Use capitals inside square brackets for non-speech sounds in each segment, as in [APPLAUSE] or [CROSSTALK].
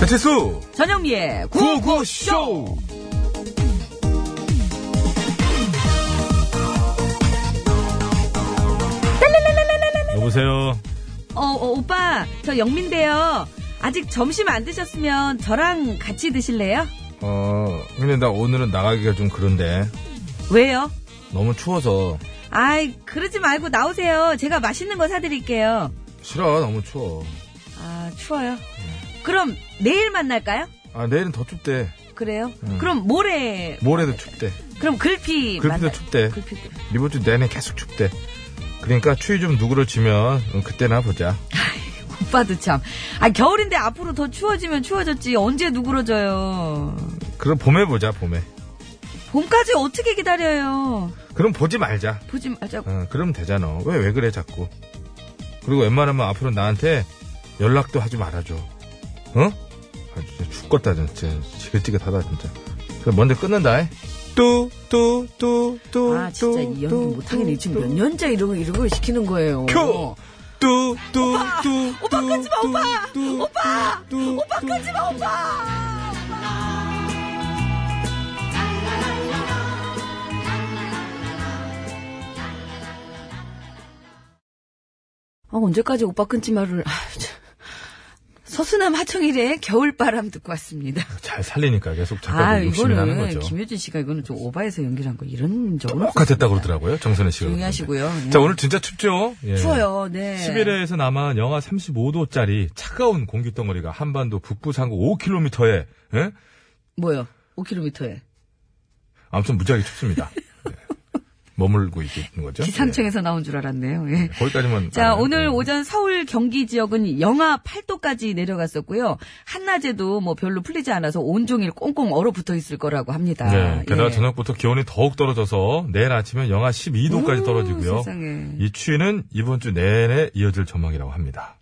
배치수 전영미의 구호구쇼! 구호구쇼 여보세요. 어, 어, 오빠, 저 영민데요. 아직 점심 안 드셨으면 저랑 같이 드실래요? 어 근데 나 오늘은 나가기가 좀 그런데 왜요? 너무 추워서 아이, 그러지 말고 나오세요. 제가 맛있는 거 사드릴게요. 싫어 너무 추워 아, 추워요. 그럼 내일 만날까요? 아 내일은 더 춥대 그래요? 그럼 모레, 모레도 춥대 그럼 음. 글피 글피도 만나- 춥대 글피. 이번 주 내내 계속 춥대 그러니까 추위 좀 누그러지면 음, 그때나 보자 오빠도 참. 아, 겨울인데 앞으로 더 추워지면 추워졌지. 언제 누그러져요. 그럼 봄에 보자 봄에 봄까지 어떻게 기다려요? 그럼 보지 말자 보지 말자고. 어, 그럼 되잖아 왜 왜 그래 자꾸 그리고 웬만하면 앞으로 나한테 연락도 하지 말아줘 어? 아 진짜 죽겠다 진짜 지긋지긋하다 진짜 그럼 먼저 끊는다 뚜뚜뚜뚜 아 진짜 이 연기 못하겠네 지금 몇 년째 이러고 이러고 시키는 거예요 큐! 뚜, 뚜, 뚜, 오빠 끊지 마, 오빠! 오빠! 오빠 끊지 마, 오빠! 아, 언제까지 오빠 끊지 말을 아유, 참. 서수남 하청일의 겨울바람 듣고 왔습니다. 잘 살리니까 계속 작가 아, 들 그러니까 욕심이 나는 이거는 거죠. 김효진 씨가 이거는 좀 오바해서 연기한 거 이런 적은 똑같았다 그러더라고요. 정선혜 씨가. 조용히 하시고요. 예. 자, 오늘 진짜 춥죠? 예. 추워요. 네. 11회에서 남한 영하 35도짜리 차가운 공기 덩어리가 한반도 북부 상구 5km에 예? 뭐요? 5km에 아무튼 무지하게 [LAUGHS] 춥습니다. 예. 머물고 있는 거죠. 기상청에서 나온 줄 알았네요. 예. 예. 거기까지만. 자, 예. 알아요. 오늘 예. 오전 서울 경기 지역은 영하 8도까지 내려갔었고요. 한낮에도 뭐 별로 풀리지 않아서 온종일 꽁꽁 얼어붙어 있을 거라고 합니다. 네, 게다가 예. 저녁부터 기온이 더욱 떨어져서 내일 아침엔 영하 12도까지 오, 떨어지고요. 세상에. 이 추위는 이번 주 내내 이어질 전망이라고 합니다.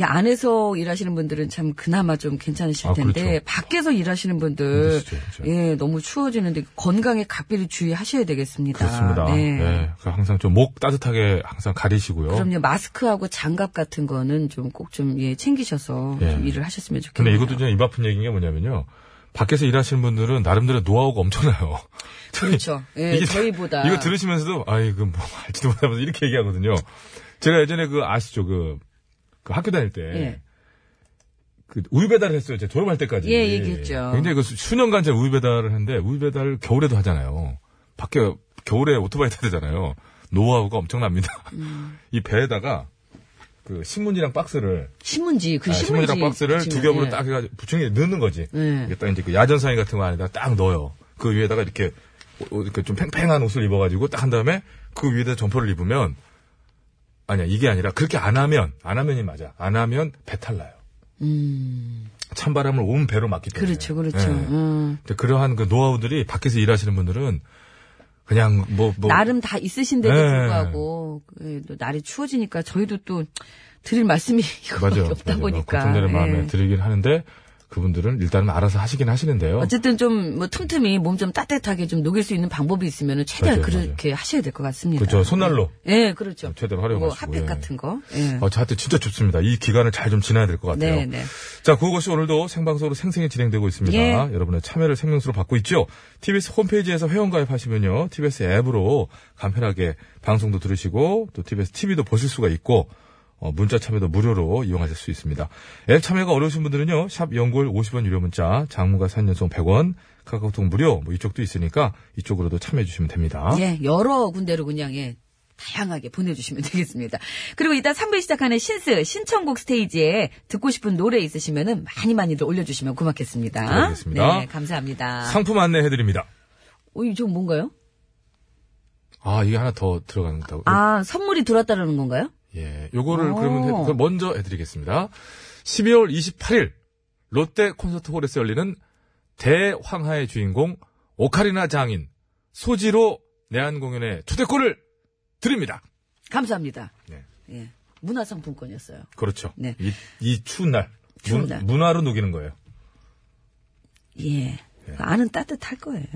이 안에서 일하시는 분들은 참 그나마 좀 괜찮으실 아, 텐데 그렇죠. 밖에서 일하시는 분들 힘드시죠, 그렇죠. 예 너무 추워지는데 건강에 각별히 주의하셔야 되겠습니다. 그렇습니다. 네. 네, 그 항상 좀 목 따뜻하게 항상 가리시고요. 그럼요 마스크하고 장갑 같은 거는 좀 꼭 좀 예 챙기셔서 예. 좀 일을 하셨으면 좋겠네요. 근데 이것도 좀 입 아픈 얘기인 게 뭐냐면요. 밖에서 일하시는 분들은 나름대로 노하우가 엄청나요. [LAUGHS] 저희- [LAUGHS] 그렇죠. 예, 저희보다. 이거 들으시면서도 아 이거 뭐 알지도 못하면서 이렇게 얘기하거든요. 제가 예전에 그 아시죠 그, 그 학교 다닐 때 예. 그 우유 배달을 했어요. 제가 졸업할 때까지. 예, 얘기했죠. 굉장히 그 수- 수년간 제가 우유 배달을 했는데 우유 배달을 겨울에도 하잖아요. 밖에 겨울에 오토바이 타야 되잖아요. 노하우가 엄청납니다. 음. [LAUGHS] 이 배에다가 그 신문지랑 박스를 신문지 그 아, 신문지 신문지랑 박스를 두 붙이면, 겹으로 예. 딱 해가지고 부충에 넣는 거지. 예. 이게 딱 이제 그 야전상의 같은 거 안에다 딱 넣어요. 그 위에다가 이렇게 옷- 옷 이렇게 좀 팽팽한 옷을 입어가지고 딱 한 다음에 그 위에다 점퍼를 입으면 아니야 이게 아니라 그렇게 안 하면 안 하면이 맞아. 안 하면 배탈 나요. 찬바람을 온 배로 맞기 때문에. 음, 그렇죠 그렇죠. 예. 음. 근데 그러한 그 노하우들이 밖에서 일하시는 분들은 그냥 뭐, 뭐. 나름 다 있으신데도 예. 불구하고 예, 또 날이 추워지니까 저희도 또 드릴 말씀이 [LAUGHS] 이거밖에 그 맞아요. 없다 맞아요. 보니까 걱정되는 예. 마음에 드리긴 하는데 그분들은 일단은 알아서 하시긴 하시는데요. 어쨌든 좀 뭐 틈틈이 몸 좀 따뜻하게 좀 녹일 수 있는 방법이 있으면 최대한 맞아요, 그렇게 하셔야 될 것 같습니다. 그죠. 손난로. 예, 그렇죠. 최대로 뭐 활용하시고. 핫팩 예. 같은 거. 예. 어, 저한테 진짜 춥습니다. 이 기간을 잘 좀 지나야 될 것 같아요. 네, 네. 자, 그것이 오늘도 생방송으로 생생히 진행되고 있습니다. 예. 여러분의 참여를 생명수로 받고 있죠. TBS 홈페이지에서 회원가입하시면요. TBS 앱으로 간편하게 방송도 들으시고 또 TBS TV도 보실 수가 있고 어, 문자 참여도 무료로 이용하실 수 있습니다. 앱 참여가 어려우신 분들은요. 샵 연골 50원 유료 문자, 장무가 3년송 100원, 카카오톡 무료 뭐 이쪽도 있으니까 이쪽으로도 참여해 주시면 됩니다. 예, 여러 군데로 그냥 예. 다양하게 보내주시면 [LAUGHS] 되겠습니다. 그리고 이따 3부 시작하는 신스 신청곡 스테이지에 듣고 싶은 노래 있으시면은 많이 많이들 올려주시면 고맙겠습니다. 알겠습니다. 네, 감사합니다. 상품 안내해 드립니다. 어, 이거 뭔가요? 아, 이게 하나 더 들어가는 거다고. 아, 선물이 들어왔다는 건가요? 예, 요거를 오. 그러면 해- 그럼 먼저 해드리겠습니다. 12월 28일 롯데 콘서트 홀에서 열리는 대황하의 주인공 오카리나 장인 소지로 내한 공연의 초대권을 드립니다. 감사합니다. 네. 예. 문화상품권이었어요. 그렇죠. 네. 이, 이 추운 날, 추운 날. 문화로 녹이는 거예요. 예. 네. 안은 따뜻할 거예요.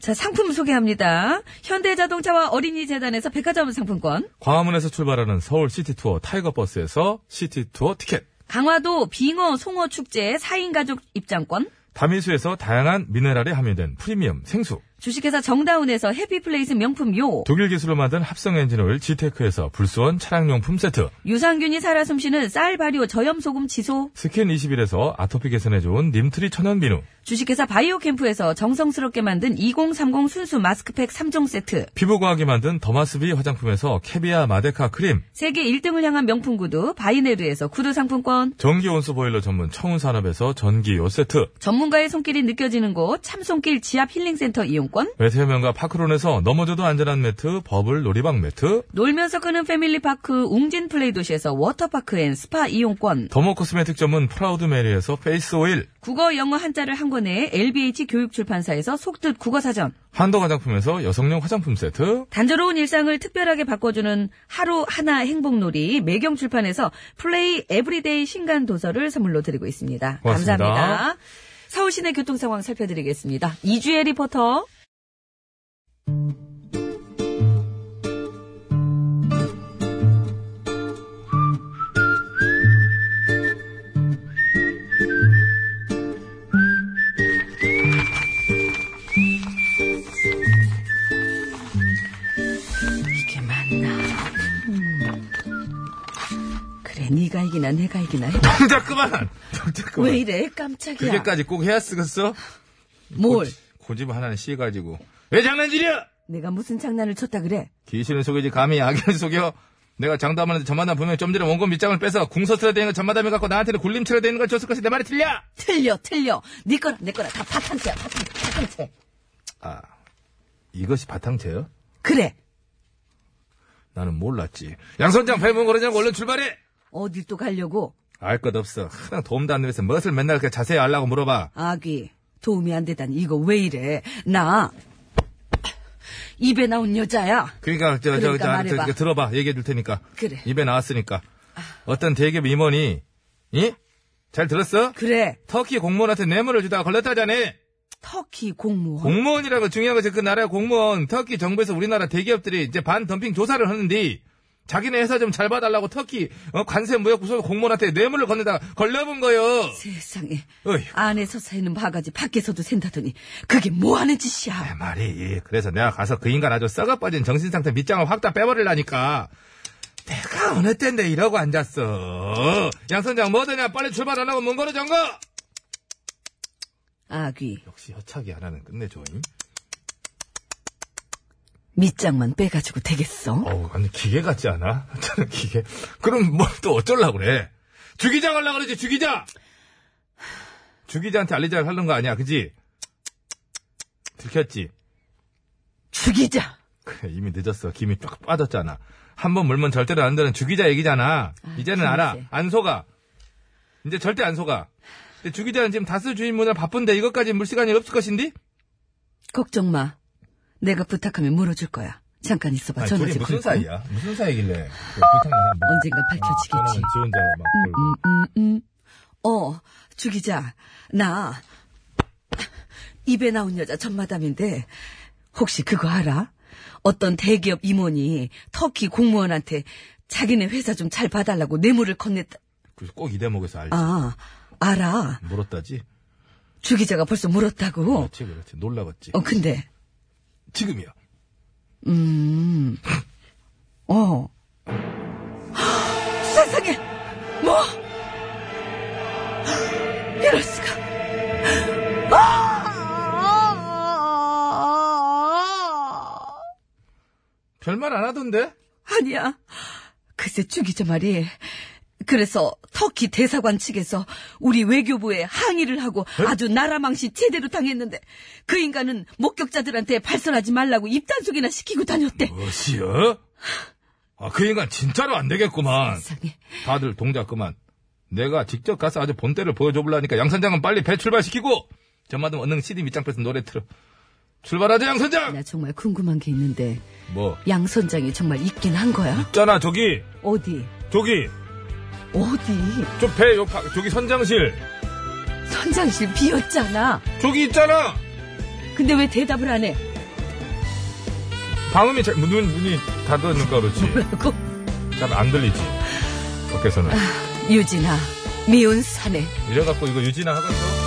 자, 상품 소개합니다. 현대자동차와 어린이재단에서 백화점 상품권, 광화문에서 출발하는 서울 시티 투어 타이거 버스에서 시티 투어 티켓. 강화도 빙어 송어 축제 4인 가족 입장권, 다미수에서 다양한 미네랄이 함유된 프리미엄 생수. 주식회사 정다운에서 해피플레이스 명품 요, 독일 기술로 만든 합성 엔진 오일 지테크에서 불수원 차량용품 세트. 유산균이 살아 숨쉬는 쌀 발효 저염소금 지소, 스킨 21에서 아토피 개선에 좋은 님트리 천연 비누. 주식회사 바이오캠프에서 정성스럽게 만든 2030 순수 마스크팩 3종 세트, 피부과학이 만든 더마스비 화장품에서 캐비아 마데카 크림. 세계 1등을 향한 명품 구두 바이네르에서 구두 상품권, 전기 온수 보일러 전문 청운산업에서 전기 요 세트. 전문가의 손길이 느껴지는 곳 참손길 지압 힐링센터 이용권, 매트 해면과 파크론에서 넘어져도 안전한 매트, 버블 놀이방 매트. 놀면서 끄는 패밀리파크 웅진 플레이 도시에서 워터파크 앤 스파 이용권, 더모 코스메틱 전문 프라우드 메리에서 페이스 오일. 국어 영어 한자를 한 권에 LBH 교육출판사에서 속뜻 국어사전, 한도 화장품에서 여성용 화장품 세트. 단조로운 일상을 특별하게 바꿔주는 하루 하나 행복놀이 매경출판에서 플레이 에브리데이 신간 도서를 선물로 드리고 있습니다. 고맙습니다. 감사합니다. 서울 시내 교통 상황 살펴드리겠습니다. 이주혜 리포터. 이게 맞나? 음. 그래, 네가 이기나 내가 이기나. 동작 그만! 그러니까 동작 그만. 왜 이래? 깜짝이야. 그게까지 뭐 꼭 해야 쓰겠어? 뭘? 고집 하나는 씨가지고. 왜 장난질이야! 내가 무슨 장난을 쳤다 그래? 귀신을 속이지 감히 악인을 속여. 내가 장담하는데 전마담 분명히 좀 전에 원고 밑장을 빼서 궁서틀에 대는 걸 전마담에 갖고 나한테는 굴림체로 되는 걸 줬을 것이 내 말이 틀려! 틀려, 틀려. 네 거랑 내 거랑 다 파탄체야, 파탄체, 파탄체. 아, 이것이 바탕체요? 그래. 나는 몰랐지. 양선장 배문 거르냐고 얼른 출발해! 어딜 또 가려고? 알 것 없어. 그냥 도움도 안 되면서 무엇을 맨날 그렇게 자세히 알라고 물어봐. 아기, 도움이 안 되다니 이거 왜 이래? 나 입에 나온 여자야. 그러니까 저 저 그러니까 저 말해봐. 들어봐 얘기해 줄 테니까 그래. 아. 입에 나왔으니까 어떤 대기업 임원이 이? 잘 들었어? 그래, 터키 공무원한테 뇌물을 주다가 걸렸다잖아 터키 공무원. 공무원이라고 중요한 것이 그 나라 공무원 터키 정부에서 우리나라 대기업들이 이제 반덤핑 조사를 하는데 자기네 회사 좀 잘 봐달라고 터키 어, 관세 무역 부서 공무원한테 뇌물을 건네다가 걸려본 거요 세상에. 어휴. 안에서 새는 바가지 밖에서도 샌다더니 그게 뭐 하는 짓이야. 내 말이 그래서 내가 가서 그 인간 아주 썩어 빠진 정신상태 밑장을 확 다 빼버리려니까 내가 어느 때인데 이러고 앉았어 양선장 뭐더냐 빨리 출발 안 하고 문 걸어 잠거 아귀, 역시 협착이 하나는 끝내줘 잉? 밑장만 빼가지고 되겠어? 어우 완전 기계 같지 않아? [LAUGHS] 저는 기계 그럼 뭘 또 어쩌려고 그래 주기장 하려고 그러지 주기장 주기자한테 알리자를 하는 거 아니야 그지? 들켰지? 죽이자. 그래, 이미 늦었어. 김이 쫙 빠졌잖아. 한 번 물면 절대로 안 되는 주기자 얘기잖아. 이제는 그러지. 알아. 안 속아. 이제 절대 안 속아. 근데 주기자는 지금 다스 주인분을 바쁜데 이것까지 물 시간이 없을 것인디? 걱정 마. 내가 부탁하면 물어줄 거야. 잠깐 있어봐. 전화 좀 걸고. 무슨 [LAUGHS] 사이길래? 언젠가 밝혀지겠지. 지 혼자 막. 음, 음, 음. 어, 주기자, 나, 입에 나온 여자 전마담인데, 혹시 그거 알아? 어떤 대기업 임원이 터키 공무원한테 자기네 회사 좀 잘 봐달라고 뇌물을 건넸다. 그 꼭이 대목에서 알지. 아, 알아. 물었다지? 주기자가 벌써 물었다고. 그렇지, 그렇지. 놀라웠지. 어, 근데, 지금이야. 음, 어. 세상에! 뭐! 이럴 수가! 별말 안 하던데? 아! 아니야. 글쎄 죽이자 말이. 그래서 터키 대사관 측에서 우리 외교부에 항의를 하고 아주 나라망신 제대로 당했는데 그 인간은 목격자들한테 발설하지 말라고 입단속이나 시키고 다녔대. 뭐시여? 아, 그 인간 진짜로 안 되겠구만. 세상에. 다들 동작 그만. 내가 직접 가서 아주 본때를 보여줘보려니까 양선장은 빨리 배 출발시키고 전마담 언능 CD 밑장 빼서 노래 틀어. 출발하자 양선장! 나 정말 궁금한 게 있는데 뭐 양 선장이 정말 있긴 한 거야? 있잖아 저기 어디? 저기 어디? 저 배 옆 저기 선장실 선장실 비었잖아. 저기 있잖아 근데 왜 대답을 안 해? 방음이 잘, 문, 문이 닫으니까 그렇지 라고 잘 안 들리지 밖에서는 유진아, 미운 사내. 이래갖고 이거 유진아 하고 있어.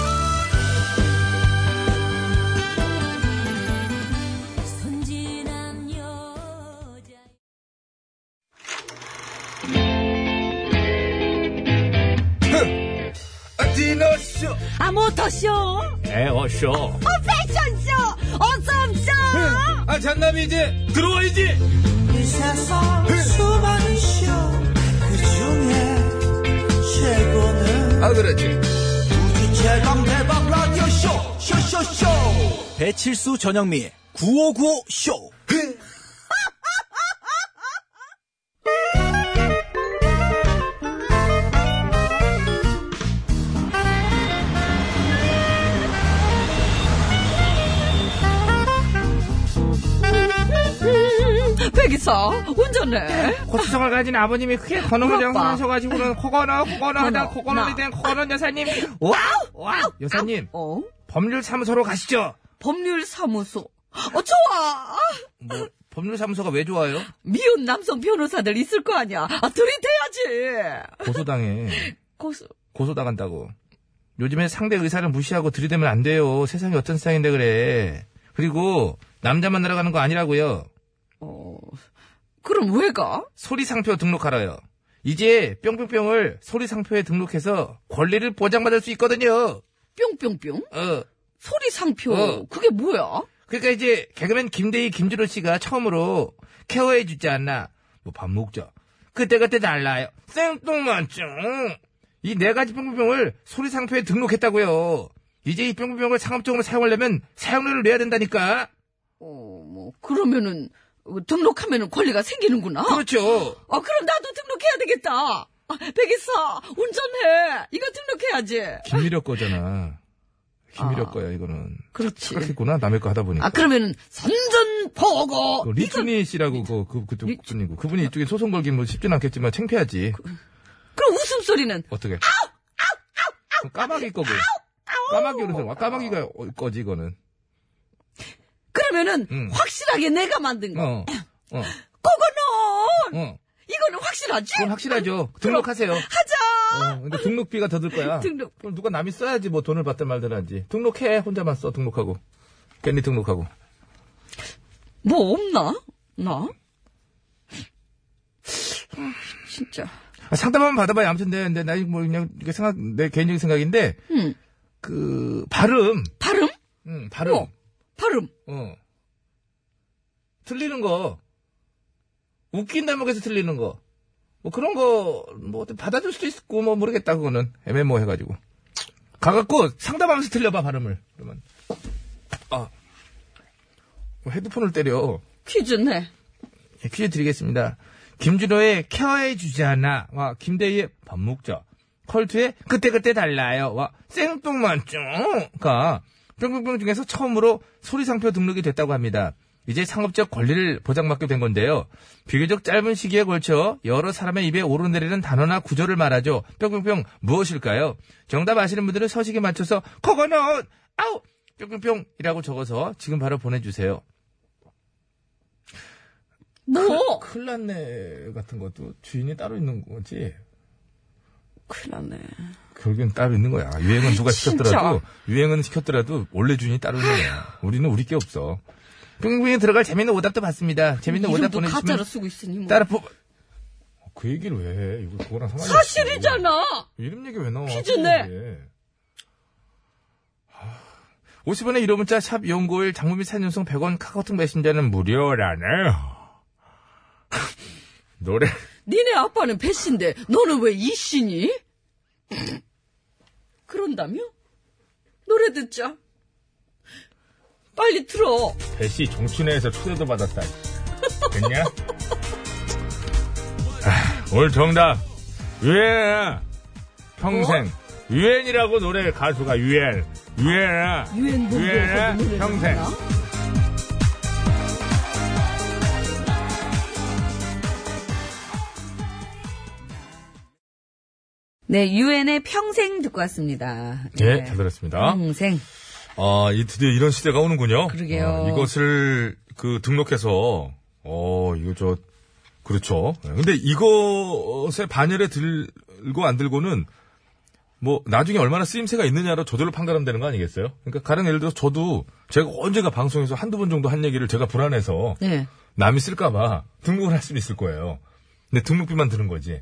디너쇼 아, 모터쇼! 에어쇼. 패션쇼! 어쩜쇼! 아 잔남이 이제 들어와야지 이 세상 수많은 쇼그 중에 최고는 아 그렇지 우주 최강 대박 라디오 쇼 쇼쇼쇼 배칠수 전영미 9595쇼 백이사, 운전해. 고추성을 가진 아버님이 크게 건어물 그렇다. 장사하셔가지고는 코건어 코건어 건어, 하다 코건어리 나. 된 코건 여사님 와우 와우 여사님 어? 법률사무소로 가시죠 법률사무소. 어, 좋아! 뭐 법률사무소가 왜 좋아요 미운 남성 변호사들 있을 거 아니야. 아, 들이대야지! 고소당해 고수. 고소당한다고 요즘에 상대 의사를 무시하고 들이대면 안 돼요 세상이 어떤 세상인데 그래 그리고 남자 만나러 가는 거 아니라고요 어, 그럼 왜 가? 소리 상표 등록하라요 이제 뿅뿅뿅을 소리 상표에 등록해서 권리를 보장받을 수 있거든요 뿅뿅뿅? 어 소리 상표. 어. 그게 뭐야? 그러니까 이제 개그맨 김대희 김주로 씨가 처음으로 케어해 주지 않나. 뭐 밥 먹자. 그때그때 달라요. 생뚱맞죠. 이 네 가지 뿅뿅뿅을 소리 상표에 등록했다고요. 이제 이 뿅뿅뿅을 상업적으로 사용하려면 사용료를 내야 된다니까. 어, 뭐, 그러면은, 어, 등록하면은 권리가 생기는구나. 그렇죠. 아, 그럼 나도 등록해야 되겠다. 아, 백이사, 운전해. 이거 등록해야지. 김미력 거잖아. 아. 김미력 거야 이거는. 그렇지. 착각했구나 남의 거 하다 보니까. 아, 그러면은, 선전포고. 그 리춘희 씨라고 그, 그, 그, 리춘- 분이고 그분이 이쪽에 소송 걸긴 뭐 쉽진 않겠지만 창피하지. 그럼 웃음소리는, 어떻게? 까마귀 거고. 뭐? 까마귀 오는 사람. 아, 까마귀가 어, 거지, 이거는. 그러면은, 음. 확실하게 내가 만든 거. 어. 어. 그거는, 어. 이거는 확실하지? 그건 확실하죠. 등록하세요. 하자! 어, 근데 등록비가 더 들 거야. 등록. 그럼 누가 남이 써야지 뭐 돈을 받든 말든 하지. 등록해. 혼자만 써, 등록하고. 괜히 등록하고. 뭐 없나? 나? 진짜. 아, 상담하면 받아봐야 아무튼 내, 내, 나, 이거 뭐, 그냥, 이게 생각, 내 개인적인 생각인데, 음. 그, 발음. 발음? 음, 발음. 어. 어. 발음. 틀리는 거. 웃긴 대목에서 틀리는 거. 뭐 그런 거, 뭐, 어떻게 받아줄 수도 있고, 뭐, 모르겠다, 그거는. 애매모 해가지고. 가갖고 상담하면서 틀려봐, 발음을. 그러면. 아. 뭐 헤드폰을 때려. 퀴즈 네 예, 퀴즈 드리겠습니다. 김준호의 케어해 주지 않아. 와, 김대희의 밥 먹자. 컬투의 그때그때 달라요. 와, 생뚱맞죠가 뿅뿅뿅 중에서 처음으로 소리상표 등록이 됐다고 합니다. 이제 상업적 권리를 보장받게 된 건데요. 비교적 짧은 시기에 걸쳐 여러 사람의 입에 오르내리는 단어나 구조를 말하죠. 뿅뿅뿅 무엇일까요? 정답 아시는 분들은 서식에 맞춰서 코코넛 아우 뿅뿅뿅이라고 적어서 지금 바로 보내주세요. 뭐? 큰- 큰일 났네 같은 것도 주인이 따로 있는 거지. 그, 큰일 났네. 결국엔 따로 있는 거야. 유행은 누가 진짜. 시켰더라도, 유행은 시켰더라도 원래 주인이 따로 있는 거야. 우리는 우리 게 없어. 빙빙에 들어갈 재밌는 오답도 봤습니다. 재밌는 오답 이름도 보내주시면 가짜로 쓰고 있으니 뭐. 따라 뽑아. 그 얘기를 왜 해? 이거 그거랑 상관이 없어. 사실이잖아! 이름 얘기 왜 나와? 퀴즈네. 50원의 1호 문자 샵 연구일 장문 및 산연송 100원 카카오톡 메신저는 무료라네요. [LAUGHS] 노래 니네 아빠는 배씨인데, 너는 왜 이씨니? 그런다며? 노래 듣자. 빨리 틀어. 배씨 정춘회에서 초대도 받았다 됐냐? 아, 오늘 정답 유엔 평생 유엔이라고 노래 가수가 유엔 유엔아 유엔 본부에서도 유엔아 노래를 평생 하나? 네, 유엔의 평생 듣고 왔습니다. 네. 예, 잘 들었습니다. 평생. 아, 이 드디어 이런 시대가 오는군요. 그러게요. 어, 이것을 그 등록해서 어, 이거 저 예, 그렇죠. 근데 이것에 반열에 들고 안 들고는 뭐 나중에 얼마나 쓰임새가 있느냐로 저절로 판가름 되는 거 아니겠어요? 그러니까 가령 예를 들어 서 저도 제가 언제가 방송에서 한두 번 정도 한 얘기를 제가 불안해서 네. 남이 쓸까봐 등록을 할 수는 있을 거예요. 근데 등록비만 드는 거지.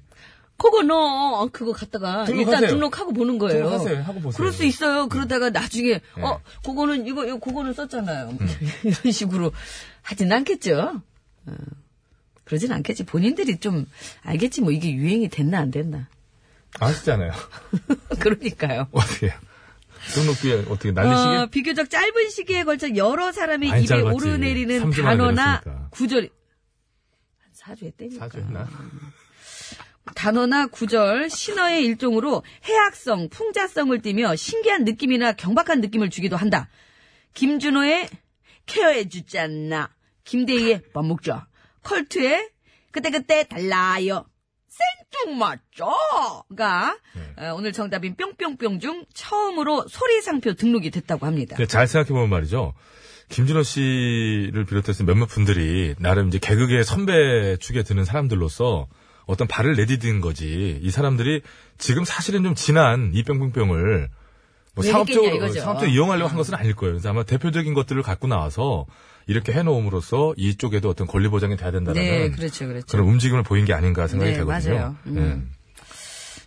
그거는 그거 갖다가 일단 등록하세요. 등록하고 보는 거예요. 등록하세요. 하고 보세요. 그럴 수 있어요. 그러다가 나중에 네. 음. 어 그거는 이거 이거 그거는 썼잖아요. [LAUGHS] 이런 식으로 하진 않겠죠. 어, 그러진 않겠지. 본인들이 좀 알겠지. 뭐 이게 유행이 됐나 안 됐나. [LAUGHS] 아시잖아요. [LAUGHS] 그러니까요. 어떻게 등록비 어떻게 날리시게? 어, 비교적 짧은 시기에 걸쳐 여러 사람이 많이 입에 짧았지. 오르내리는 3주 만에 단어나 내렸으니까. 구절 한 4주에 때니까 사주나? 단어나 구절, 신어의 일종으로 해악성, 풍자성을 띠며 신기한 느낌이나 경박한 느낌을 주기도 한다. 김준호의 케어해 주지 않나. 김대희의 밥 먹자. 컬트의 그때그때 달라요. 생뚱 맞죠가 어, 오늘 정답인 뿅뿅뿅 중 처음으로 소리 상표 등록이 됐다고 합니다. 근데 네, 잘 생각해보면 말이죠. 김준호 씨를 비롯해서 몇몇 분들이 나름 이제 개그계 선배 축에 드는 사람들로서 어떤 발을 내디딘 거지. 이 사람들이 지금 사실은 좀 지난 이 뿅뿅뿅을 뭐 왜 상업적으로, 이겼냐 이거죠. 음. 상업적으로 이용하려고 한 것은 아닐 거예요. 그래서 아마 대표적인 것들을 갖고 나와서 이렇게 해놓음으로써 이쪽에도 어떤 권리 보장이 돼야 된다는 네, 그렇죠, 그렇죠. 런 움직임을 보인 게 아닌가 생각이 네, 되거든요. 맞아요. 음. 예.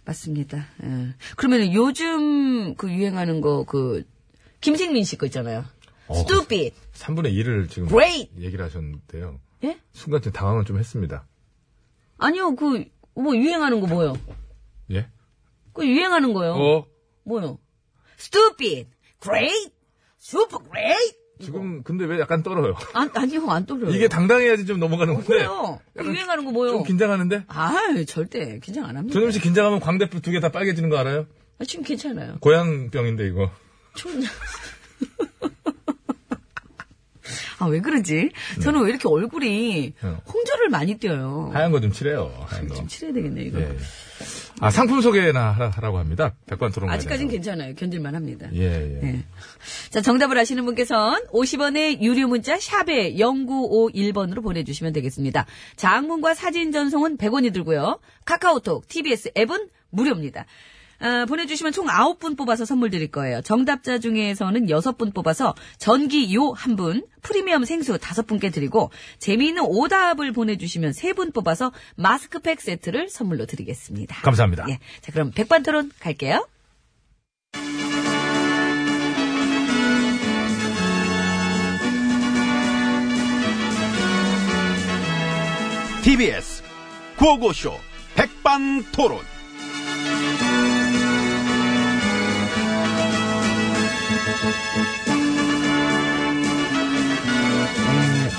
맞습니다. 예. 그러면 요즘 그 유행하는 거 그 김생민 씨 거 있잖아요. 어, Stupid, 3분의 1을 지금 great. 얘기를 하셨는데요. 예? 순간 좀 당황을 좀 했습니다. 아니요, 그 뭐 유행하는 거 뭐요? 예? 그 유행하는 거요. 어? 뭐요? Stupid, great, super great. 지금 근데 왜 약간 떨어요? 안, 아니요, 안 떨려요. 이게 당당해야지 좀 넘어가는 건데. 뭐요? 그 유행하는 거 뭐요? 좀 긴장하는데? 아, 절대 긴장 안 합니다. 전염 씨 긴장하면 광대뼈 두 개 다 빨개지는 거 알아요? 아, 지금 괜찮아요. 고양병인데 이거. 좀. [LAUGHS] 아, 왜 그러지? 네. 저는 왜 이렇게 얼굴이 응. 홍조를 많이 띄어요? 하얀 거 좀 칠해요. 하얀 거. 좀 칠해야 되겠네, 이거. 예. 아 상품 소개나 하라, 하라고 합니다. 백반 토론. 아직까진 관련해서. 괜찮아요. 견딜만 합니다. 예, 예. 예. 자, 정답을 아시는 분께서는 50원의 유료 문자 샵에 0951번으로 보내주시면 되겠습니다. 장문과 사진 전송은 100원이 들고요. 카카오톡, TBS 앱은 무료입니다. 아, 보내주시면 총 9분 뽑아서 선물 드릴 거예요. 정답자 중에서는 6분 뽑아서 전기 요 1분, 프리미엄 생수 5분께 드리고 재미있는 오답을 보내주시면 3분 뽑아서 마스크팩 세트를 선물로 드리겠습니다. 감사합니다. 예. 자, 그럼 백반토론 갈게요. TBS 구호고쇼 백반토론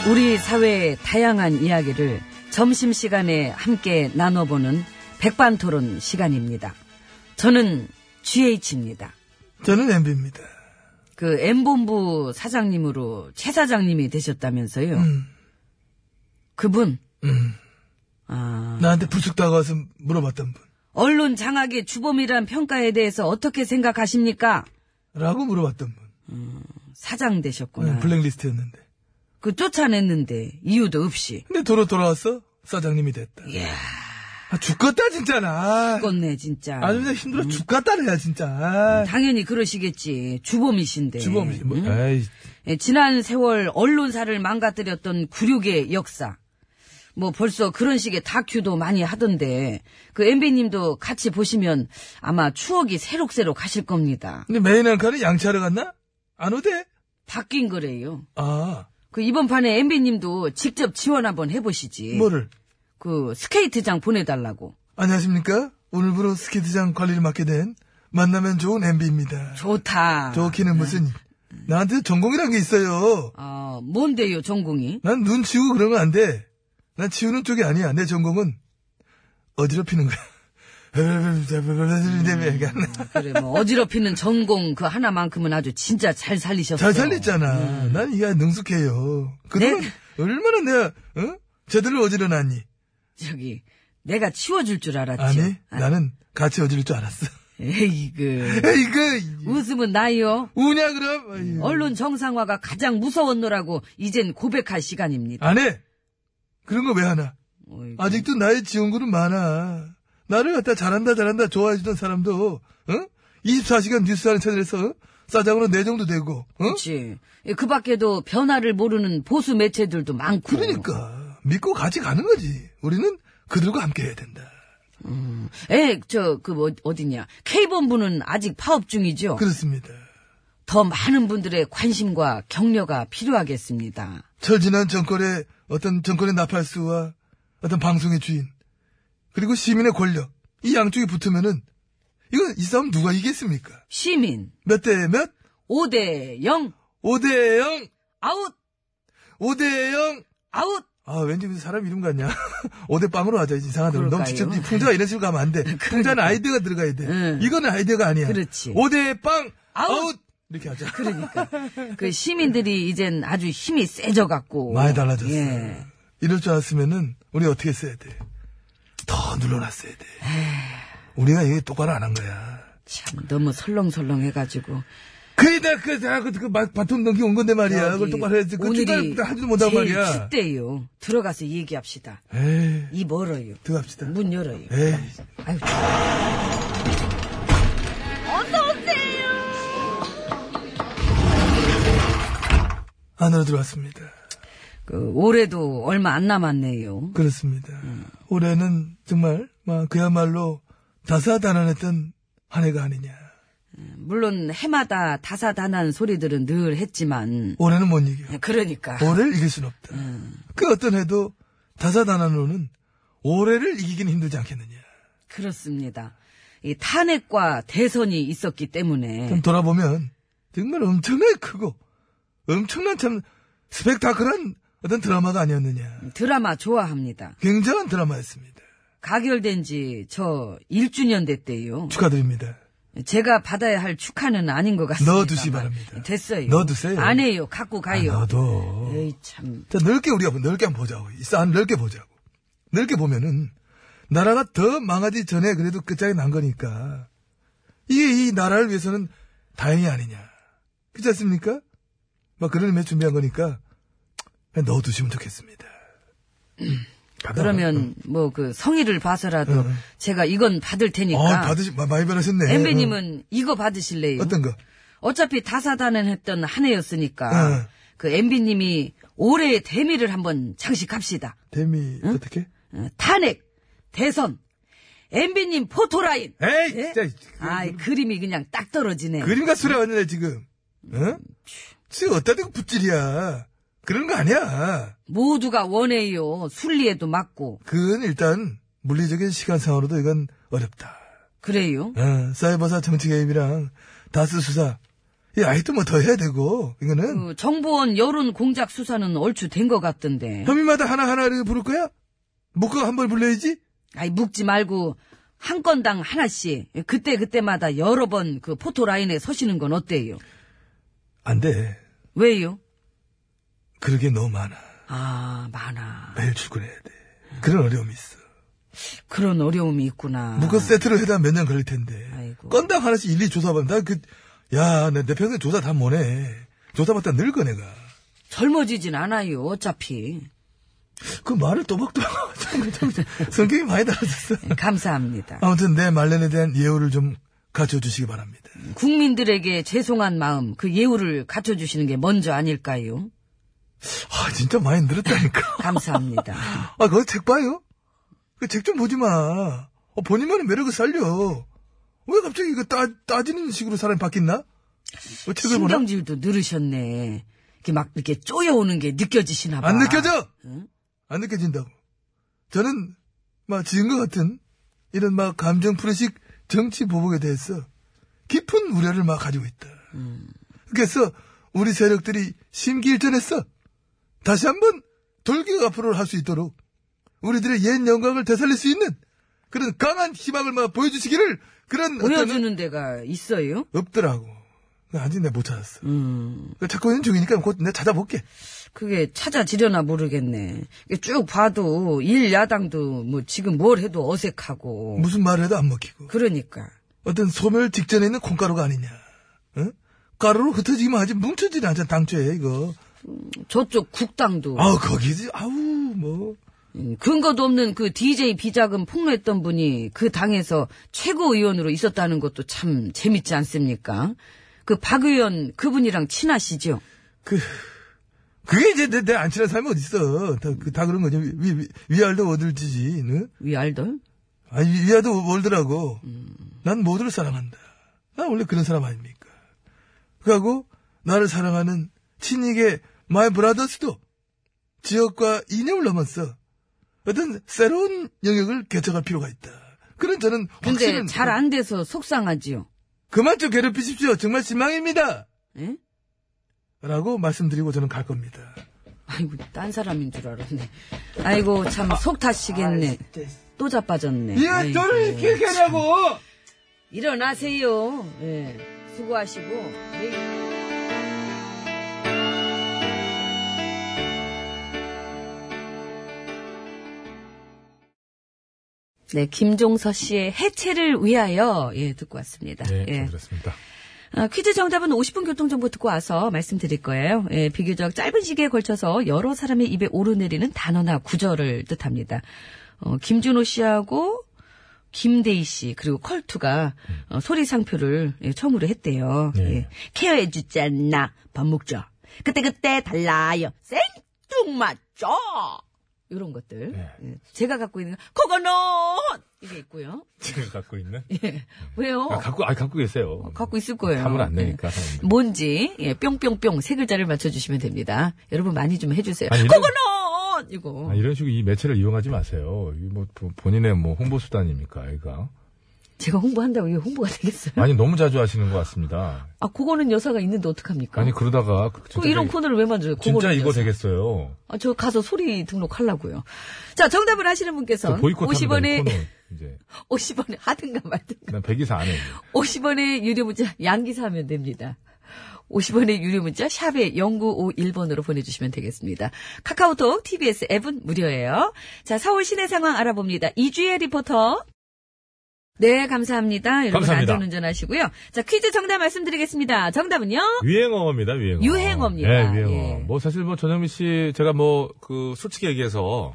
우리 사회의 다양한 이야기를 점심시간에 함께 나눠보는 백반토론 시간입니다. 저는 GH입니다. 저는 엠비입니다. 그 M본부 사장님으로 최 사장님이 되셨다면서요. 음. 그분 아, 나한테 불쑥 다가와서 물어봤던 분. 언론 장악의 주범이란 평가에 대해서 어떻게 생각하십니까? 라고 물어봤던 분. 사장 되셨구나. 응, 음, 블랙리스트였는데. 그 쫓아냈는데 이유도 없이 근데 도로 돌아왔어? 사장님이 됐다. 이야. 아, 죽겠다, 진짜, 나. 음. 죽었네 아, 진짜. 아주 그냥 힘들어 음. 죽겠다, 내가, 진짜. 당연히 그러시겠지. 주범이신데. 주범이, 뭐, 응? 에이, 예, 지난 세월 언론사를 망가뜨렸던 굴욕의 역사. 뭐 벌써 그런 식의 다큐도 많이 하던데 그 엠비님도 같이 보시면 아마 추억이 새록새록 하실 겁니다. 근데 메인 앵커는 양치하러 갔나? 안 오대? 바뀐 거래요. 아, 그 이번 판에 엠비님도 직접 지원 한번 해보시지. 뭐를? 그 스케이트장 보내달라고. 안녕하십니까? 오늘부로 스케이트장 관리를 맡게 된 만나면 좋은 MB입니다. 좋다. 좋기는 무슨, 나한테 전공이란 게 있어요. 어, 뭔데요 전공이? 난 눈 치우고 그런 거 안 돼. 난 치우는 쪽이 아니야. 내 전공은 어지럽히는 거야. [LAUGHS] 그래 뭐 어지럽히는 전공 그 하나만큼은 아주 진짜 잘 살리셨어. 잘 살렸잖아. 난 이게 능숙해요. 그동안 네. 얼마나 내가 어? 제대로 어지러놨니? 저기 내가 치워줄 줄 알았지. 네? 아니, 나는 같이 어지를 줄 알았어. [LAUGHS] 에이그. 에이그 웃음은 나요. 우냐 그럼? 아유. 언론 정상화가 가장 무서웠노라고 이젠 고백할 시간입니다. 안 해. 그런 거 왜 하나? 아, 어이구. 아직도 나의 지원군은 많아. 나를 갖다 잘한다, 잘한다, 좋아해주던 사람도, 응? 24시간 뉴스하는 채널에서 어? 싸장으로 내정도 되고 어? 그렇지. 그 밖에도 변화를 모르는 보수 매체들도 많고. 그러니까 믿고 같이 가는 거지. 우리는 그들과 함께 해야 된다. 에, 저, 그, 뭐, 어디냐. K본부는 아직 파업 중이죠. 그렇습니다. 더 많은 분들의 관심과 격려가 필요하겠습니다. 철진한 정권의 어떤 정권의 나팔수와 어떤 방송의 주인 그리고 시민의 권력 이 양쪽이 붙으면은 이거 이 싸움 누가 이기겠습니까? 시민, 몇 대 몇? 5대 0, 5대 0. 아웃, 5대 0. 아웃! 아, 왠지 무슨 사람 이름 같냐? [LAUGHS] 5대 빵으로 하자. 이상하다. 너무 그럴까요? 그러니까. 직접 풍자가 이런 식으로 가면 안 [LAUGHS] 돼. 풍자는 아이디어가 들어가야 돼. 응. 이거는 아이디어가 아니야. 그렇지. 5대 빵 아웃! 아웃. 이렇게 하자. 그 시민들이 이젠 아주 힘이 세져갖고. 많이 달라졌어. 예. 이럴 줄 알았으면은 우리 어떻게 써야 돼? 더 눌러놨어야 돼. 우리가 이게 똑바로 안 한 거야. 참, 너무 설렁설렁 해가지고. 그러니까 그이다 그다그 바톤 넘기 온 건데 말이야. 그걸 똑바로 해야지. 그 오늘이 주달 하지도 못한 제일 말이야. 춥대요. 들어가서 얘기합시다. 에이, 이 멀어요. 들어갑시다. 문 열어요. 에이, 아유, 안으로 들어왔습니다. 그, 올해도 얼마 안 남았네요. 그렇습니다. 올해는 정말 막 그야말로 다사다난했던 한 해가 아니냐. 물론 해마다 다사다난 소리들은 늘 했지만 올해는 못 이겨. 그러니까 올해를 이길 순 없다. 그 어떤 해도 다사다난으로는 올해를 이기기는 힘들지 않겠느냐. 그렇습니다. 이 탄핵과 대선이 있었기 때문에 좀 돌아보면 정말 엄청나게 크고 엄청난 참 스펙타클한 어떤 드라마가 아니었느냐. 드라마 좋아합니다. 굉장한 드라마였습니다. 가결된 지 저 1주년 됐대요. 축하드립니다. 제가 받아야 할 축하는 아닌 것 같습니다. 넣어두시 바랍니다. 됐어요. 넣어두세요. 아, 안 해요. 갖고 가요. 나도. 에이 참. 자, 넓게 우리가 보- 넓게 한번 보자고. 이 싸움 넓게 보자고. 넓게 보면은 나라가 더 망하기 전에 그래도 끝장이 난 거니까 이게 이 나라를 위해서는 다행이 아니냐. 그렇지 않습니까? 막 그런 의미에 준비한 거니까 그냥 넣어두시면 좋겠습니다. 받아. [CLEARS THROAT] 그러면 어. 뭐 그 성의를 봐서라도 제가 이건 받을 아, 테니까 어, 받으시, 마- 많이 변하셨네. 그러니까 엠베님은 이거 받으실래요? 어. 어떤 거? 어차피 다사다난했던 한 해였으니까 응. 그 MB님이 올해의 대미를 한번 장식합시다. 데미, 어떻게? 어, 탄핵, 대선, MB님 포토라인. 에이, 예? 진짜. 아, 이 그림이 그냥 딱 떨어지네. 그림과 수레 왔네, 지금. 음, 응? 지금 어디다 대고 붓질이야. 그런 거 아니야. 모두가 원해요. 순리에도 맞고. 그건 일단 물리적인 시간상으로도 이건 어렵다. 그래요? 어, 사이버사 정치 개입이랑 다스 수사. 이 아직도 뭐 더 해야 되고 이거는 그 정보원 여론 공작 수사는 얼추 된 것 같던데. 혐의마다 하나하나를 부를 거야? 묶어 한번 불러야지? 아이, 묵지 말고 한 건당 하나씩 그때그때마다 여러 번 그 포토라인에 서시는 건 어때요? 안 돼. 왜요? 그러게 너무 많아. 아, 많아. 매일 출근해야 돼. 그런 어려움이 있어. 그런 어려움이 있구나. 묶어 세트로 해도 몇 년 걸릴 텐데. 아. 아이고. 건당 하나씩 일일이 조사받는. 나 그, 야, 내, 내 평생 조사 다 못해. 조사받다 늙어, 내가. 젊어지진 않아요, 어차피. 그 말을 또박또박. 하고 참, 참, 성격이 많이 달라졌어. 감사합니다. 아무튼 내 말년에 대한 예우를 좀 갖춰주시기 바랍니다. 국민들에게 죄송한 마음, 그 예우를 갖춰주시는 게 먼저 아닐까요? 아 진짜 많이 늘었다니까. [LAUGHS] 감사합니다. 아 그거 책 봐요. 그 책 좀 보지 마. 어, 본인만의 매력을 살려. 왜 갑자기 이거 따, 따지는 식으로 사람이 바뀌었나? 어, 책을 보나? 신경질도 늘으셨네. 이렇게 막 이렇게 쪼여오는 게 느껴지시나 봐. 안 느껴져? 안 느껴진다고. 저는 막 지은 것 같은 이런 막 감정 풀이식 정치 보복에 대해서 깊은 우려를 막 가지고 있다. 음. 그래서 우리 세력들이 심기일전했어. 다시 한번 돌격 앞으로 할 수 있도록 우리들의 옛 영광을 되살릴 수 있는 그런 강한 희망을 막 보여주시기를 그런 어떤 보여주는 데가 있어요? 없더라고. 아직 내가 못 찾았어. 음, 찾고 있는 중이니까 곧 내가 찾아볼게. 그게 찾아지려나 모르겠네. 이게 쭉 봐도 일 야당도 뭐 지금 뭘 해도 어색하고. 무슨 말을 해도 안 먹히고. 그러니까. 어떤 소멸 직전에 있는 콩가루가 아니냐. 응? 가루로 흩어지기만 하지 뭉쳐지지 않잖아, 당초에, 이거. 저쪽 국당도 아우, 거기지. 아우, 뭐. 음, 근거도 없는 그 DJ 비자금 폭로했던 분이 그 당에서 최고의원으로 있었다는 것도 참 재밌지 않습니까? 그 박 의원 그분이랑 친하시죠? 그, 그게 이제 내, 내 안 친한 사람이 어딨어. 다, 그, 다 그런 거죠. 위, 위, 위알도 얻을지지, 응? 위알덜? 아니, 위- 위아도 월드라고. 음. 난 모두를 사랑한다. 나 원래 그런 사람 아닙니까? 그하고 나를 사랑하는 친이계 마이 브라더스도 지역과 이념을 넘어서 어떤 새로운 영역을 개척할 필요가 있다. 그런 저는 근데 확신을- 잘 안 돼서 속상하지요. 그만 좀 괴롭히십시오. 정말 실망입니다. 예? 라고 말씀드리고 저는 갈 겁니다. 아이고, 딴 사람인 줄 알았네. 아이고, 참, 속 타시겠네. 또 자빠졌네. 야, 아이고, 너를 예, 이렇게 하냐고! 일어나세요. 예. 수고하시고. 네. 내일- 네, 김종서 씨의 해체를 위하여, 예, 듣고 왔습니다. 네, 예. 잘 들었습니다. 아, 퀴즈 정답은 50분 교통정보 듣고 와서 말씀드릴 거예요. 예, 비교적 짧은 시기에 걸쳐서 여러 사람의 입에 오르내리는 단어나 구절을 뜻합니다. 어, 김준호 씨하고 김대희 씨 그리고 컬투가 어, 소리 상표를 예, 처음으로 했대요. 네. 예. 케어해 주지 않나 밥 먹자. 그때 그때 달라요. 생뚱맞죠. 이런 것들. 네. 예, 제가 갖고 있는 거, 그거는 이게 있고요. 지금 갖고 있는? 왜요? 아, 갖고, 아, 갖고 계세요. 갖고 있을 예. 어, 거예요. 하면 안 예. 되니까. 사람들이. 뭔지 예, 뿅뿅뿅 세 글자를 맞춰주시면 됩니다. 여러분 많이 좀 해주세요. 아니, 이런- 그거는 이거 아, 이런 식으로 이 매체를 이용하지 마세요. 이게 뭐, 보- 본인의 뭐, 홍보수단입니까, 이가 제가 홍보한다고 이게 홍보가 되겠어요? 아니, 너무 자주 하시는 것 같습니다. 아 그거는 여사가 있는데 어떡합니까? 아니, 그러다가. 그- 그 진짜 이런 이- 코너를 왜 만들어요? 진짜 그거는 이거 여사. 되겠어요. 아, 저 가서 소리 등록하려고요. 자 정답을 하시는 저 분께서 보이콧 어? 50원에 [LAUGHS] 코너, 이제. 50원에 하든가 말든가 난 백이사 안 해. 50원의 유료 문자 양기사 하면 됩니다. 50원의 유료 문자 샵에 0951번으로 보내주시면 되겠습니다. 카카오톡, TBS 앱은 무료예요. 자, 서울 시내 상황 알아봅니다. 이주혜 리포터. 네, 감사합니다. 여러분 감사합니다. 안전운전 하시고요. 자, 퀴즈 정답 말씀드리겠습니다. 정답은요? 유행어입니다, 유행어. 유행어입니다. 예, 유행어. 예. 뭐, 사실 뭐, 전현미 씨, 제가 뭐, 그, 솔직히 얘기해서,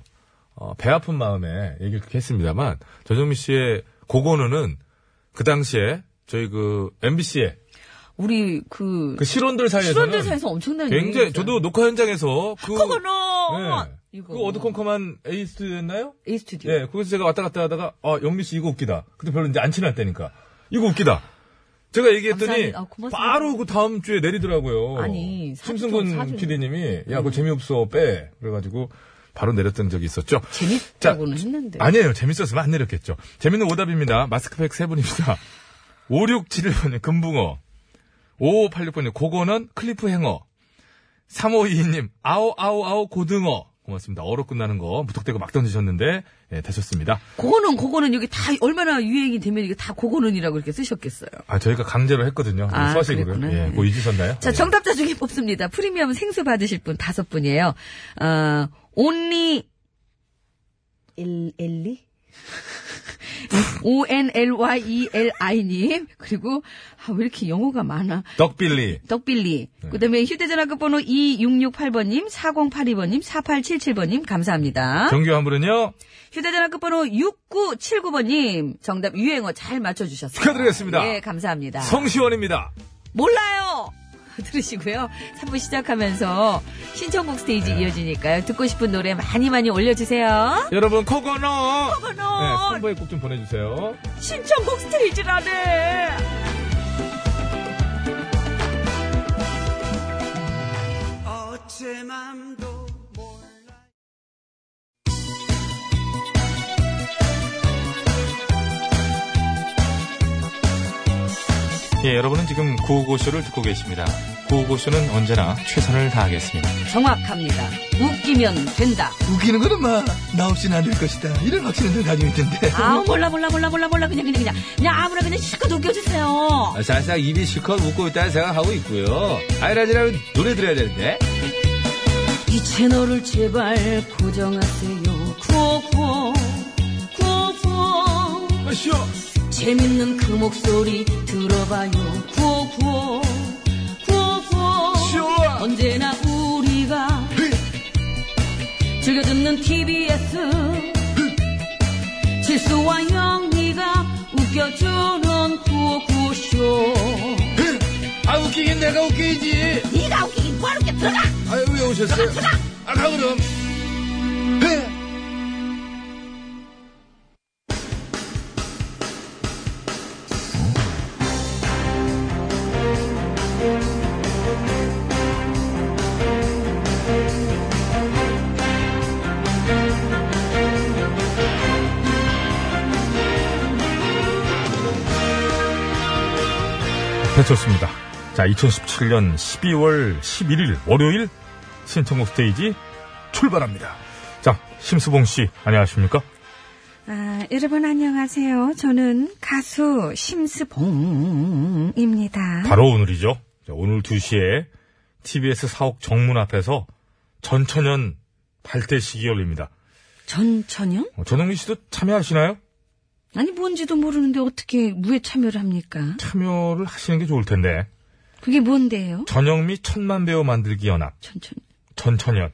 어, 배 아픈 마음에 얘기를 그렇게 했습니다만, 전현미 씨의 고고는은 그 당시에 저희 그, MBC의 우리 그, 그 실원들 사이에서는 실원들 사이에서 엄청난 굉장히 유행이었어요. 저도 녹화 현장에서 그 그거는 네. 이거. 그 어두컴컴한 에이스였나요? A 스튜디오. 예, 거기서 제가 왔다 갔다 하다가 아 영미 씨 이거 웃기다. 그때 별로 이제 안 친할 때니까 이거 웃기다. 제가 얘기했더니 감사합니다. 아, 고맙습니다. 바로 그 다음 주에 내리더라고요. 아니, 사주 좀, 음. 사주. 심승근 PD님이 야 그거 재미없어 빼 그래가지고 바로 내렸던 적이 있었죠. 재밌다고는 자, 했는데. 아니에요. 재밌었으면 안 내렸겠죠. 재밌는 오답입니다. 마스크팩 세 분입니다. [LAUGHS] 5671번님, 금붕어. 5586번님, 고거는 클리프 행어. 3522님, 아오, 아오, 아오, 고등어. 고맙습니다. 어로 끝나는 거 무턱대고 막 던지셨는데, 예, 되셨습니다. 그거는, 그거는 여기 다 얼마나 유행이 되면 이게 다 그거는이라고 이렇게 쓰셨겠어요. 아, 저희가 강제로 했거든요. 아, 서식으로. 그랬구나. 예, 뭐 잊으셨나요? 자, 예. 정답자 중에 뽑습니다. 프리미엄 생수 받으실 분 다섯 분이에요. 어, 온리, 엘, 엘리? O-N-L-Y-E-L-I님, E 그리고, 아, 왜 이렇게 영어가 많아. 떡빌리. 떡빌리. 네. 그 다음에 휴대전화 끝번호 2668번님, 4082번님, 4877번님, 감사합니다. 정규 한 분은요, 휴대전화 끝번호 6979번님, 정답 유행어 잘 맞춰주셨어요. 축하드리겠습니다. 예, 감사합니다. 성시원입니다. 몰라요! [LAUGHS] 들으시고요. 3부 시작하면서 신청곡 스테이지 이어지니까요. 듣고 싶은 노래 많이 많이 올려주세요. 여러분, 코거너! 네, 코거넛! 선보에 꼭 좀 보내주세요. 신청곡 스테이지라네! 예, 여러분은 지금 구호고쇼를 듣고 계십니다. 구호고쇼는 언제나 최선을 다하겠습니다. 정확합니다. 웃기면 된다. 웃기는 거는 막, 나 없이는 안 될 것이다. 이런 확신을 늘 가지고 있던데. [LAUGHS] 아우, 몰라, 몰라, 몰라, 몰라, 몰라. 그냥, 그냥, 그냥. 그냥 아무나 그냥 실컷 웃겨주세요. 아, 사실상 입이 실컷 웃고 있다는 생각하고 있고요. 아이라지라면 노래 들어야 되는데. 이 채널을 제발 고정하세요. 구호구호, 구호구호. 아시오! 재밌는 그 목소리 들어봐요 구호구호 구호구호 언제나 우리가 즐겨 듣는 TBS 실수와 영리가 웃겨주는 구호구쇼 아, 웃기긴 내가 웃기지. 네가 웃기긴 뭘 웃겨 들어가 아유, 왜 오셨어요? 아, 가, 그럼. 배쳤습니다. 자, 2017년 12월 11일 월요일 신청곡 스테이지 출발합니다. 자, 심수봉 씨, 안녕하십니까? 아, 여러분 안녕하세요. 저는 가수 심스봉입니다. 바로 오늘이죠. 자, 오늘 2시에 TBS 사옥 정문 앞에서 전천연 발대식이 열립니다. 전천연? 어, 전홍민 씨도 참여하시나요? 아니 뭔지도 모르는데 어떻게 무에 참여를 합니까? 참여를 하시는 게 좋을 텐데. 그게 뭔데요? 전영미 천만 배우 만들기 연합. 천천. 전천연.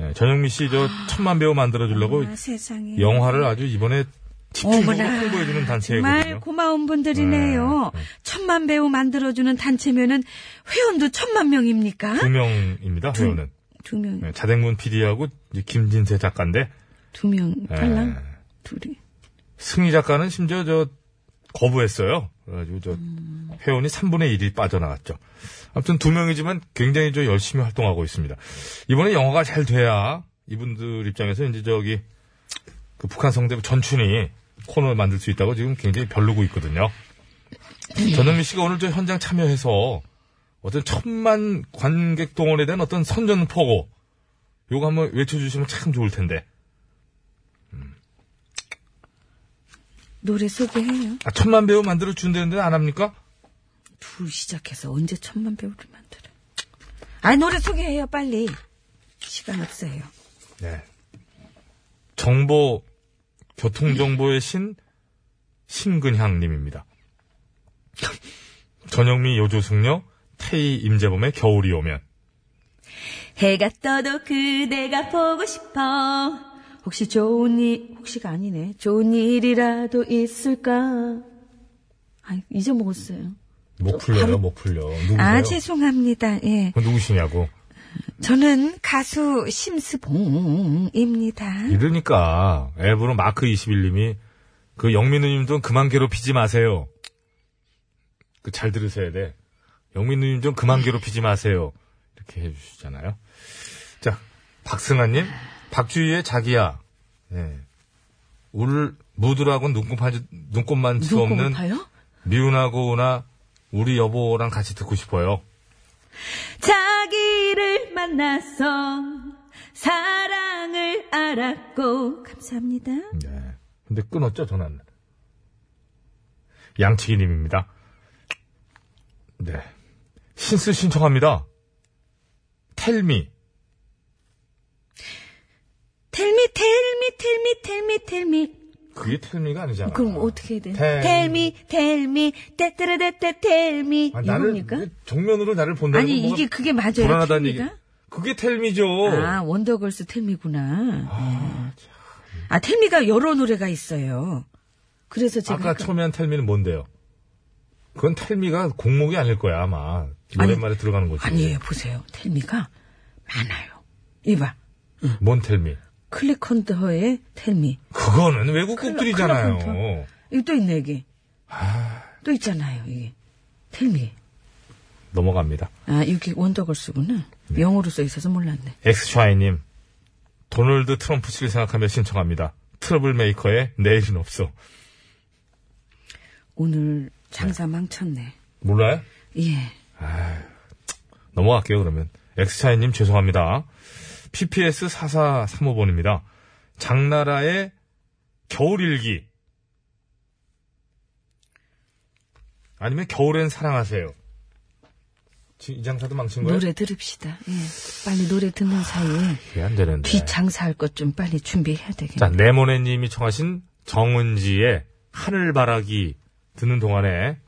예, 전영미 씨 저 천만 배우 만들어 주려고 아, 세상에. 영화를 아주 이번에 집중적으로 어머나. 홍보해 주는 단체거든요. 정말 고마운 분들이네요. 천만 배우 만들어주는 단체면은 회원도 천만 명입니까? 두 명입니다. 회원은. 두 명, 예, 자댕문 PD하고 김진세 작가인데 두 명 예, 팔랑 둘이. 승희 작가는 심지어 저 거부했어요. 그래가지고 저 회원이 3분의 1이 빠져나갔죠. 아무튼 두 명이지만 굉장히 저 열심히 활동하고 있습니다. 이번에 영화가 잘 돼야 이분들 입장에서 이제 저기 그 북한 성대 전춘이 코너를 만들 수 있다고 지금 굉장히 별르고 있거든요. 전현미 씨가 오늘 저 현장 참여해서 어떤 천만 관객 동원에 대한 어떤 선전포고 요거 한번 외쳐주시면 참 좋을 텐데. 노래 소개해요. 아, 천만 배우 만들어 준다는데 안 합니까? 둘 시작해서 언제 천만 배우를 만들어? 아 노래 소개해요 빨리. 시간 없어요. 네. 정보, 교통정보의 신, 신근향님입니다. [LAUGHS] 전영미, 요조숙녀, 태희, 임재범의 겨울이 오면. 해가 떠도 그대가 보고 싶어 혹시 좋은 일 혹시가 아니네. 좋은 일이라도 있을까? 아 잊어먹었어요. 못 풀려요, 못 풀려. 누구세요? 아, 죄송합니다. 예. 그 누구시냐고. 저는 가수 심스봉입니다. 예, 이러니까, 앱으로 마크21님이, 그 영민우님 좀 그만 괴롭히지 마세요. 그 잘 들으셔야 돼. 영민우님 좀 그만 괴롭히지 마세요. 이렇게 해주시잖아요. 자, 박승아님, 박주희의 자기야. 예. 울, 무드라고 눈꼽하지, 눈꼽만 수 없는 눈꼽아요? 미운하고나 우리 여보랑 같이 듣고 싶어요. 자기를 만나서 사랑을 알았고 감사합니다 네. 근데 끊었죠, 전화는. 양치기님입니다. 네. 신스 신청합니다. 텔미. 텔미 텔미 텔미 텔미 텔미 그게 텔미가 아니잖아. 그럼 어떻게 해야 돼? 텔- 텔미 텔미 떼뜨르떼떼 텔미 아, 나를 왜 정면으로 나를 본다는 아니 건 뭔가 이게 그게 맞아요? 불안하다는 얘기. 텔미가? 그게 텔미죠. 아 원더걸스 텔미구나. 아 텔미가 여러 노래가 있어요. 그래서 제가 아까 아까- 처음에 한 텔미는 뭔데요? 그건 텔미가 공목이 아닐 거야, 아마. 오랜만에 들어가는 거지. 아니에요 예, 보세요 텔미가 많아요. 이봐 뭔 텔미? 클리컨더의 텔미. 그거는 외국 클라- 곡들이잖아요. 클라펀터. 이거 또 있네 이게. 아. 또 있잖아요 이게. 텔미. 넘어갑니다. 아 이게 원더걸스구나. 네. 영어로 써 있어서 몰랐네. 엑스샤이님, 도널드 트럼프 씨를 생각하며 신청합니다. 트러블 메이커의 내일은 없어. 오늘 장사 망쳤네. 몰라요? 예. 넘어갈게요, 그러면. 엑스샤이님, 죄송합니다. PPS 4435번입니다. 장나라의 겨울일기. 아니면 겨울엔 사랑하세요. 지금 이 장사도 망친 거예요? 노래 들읍시다. 예. 빨리 노래 듣는 사이에 그게 안 되는데. 뒤 장사할 것 좀 빨리 준비해야 되겠네. 자, 네모네님이 청하신 정은지의 하늘바라기 듣는 동안에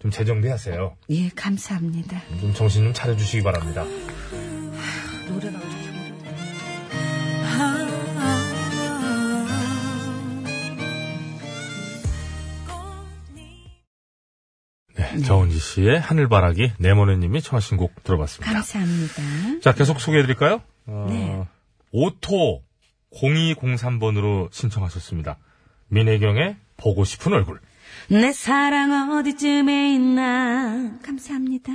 좀 재정비하세요. 예, 감사합니다. 좀 정신 좀 차려주시기 바랍니다. 노래가 그렇게 어렵네. 아, 네, 정은지 씨의 하늘바라기 네모네님이 청하신 곡 들어봤습니다. 감사합니다. 자, 계속 소개해드릴까요? 어, 네. 오토 0203번으로 신청하셨습니다. 민혜경의 보고 싶은 얼굴. 내 사랑 어디쯤에 있나. 감사합니다.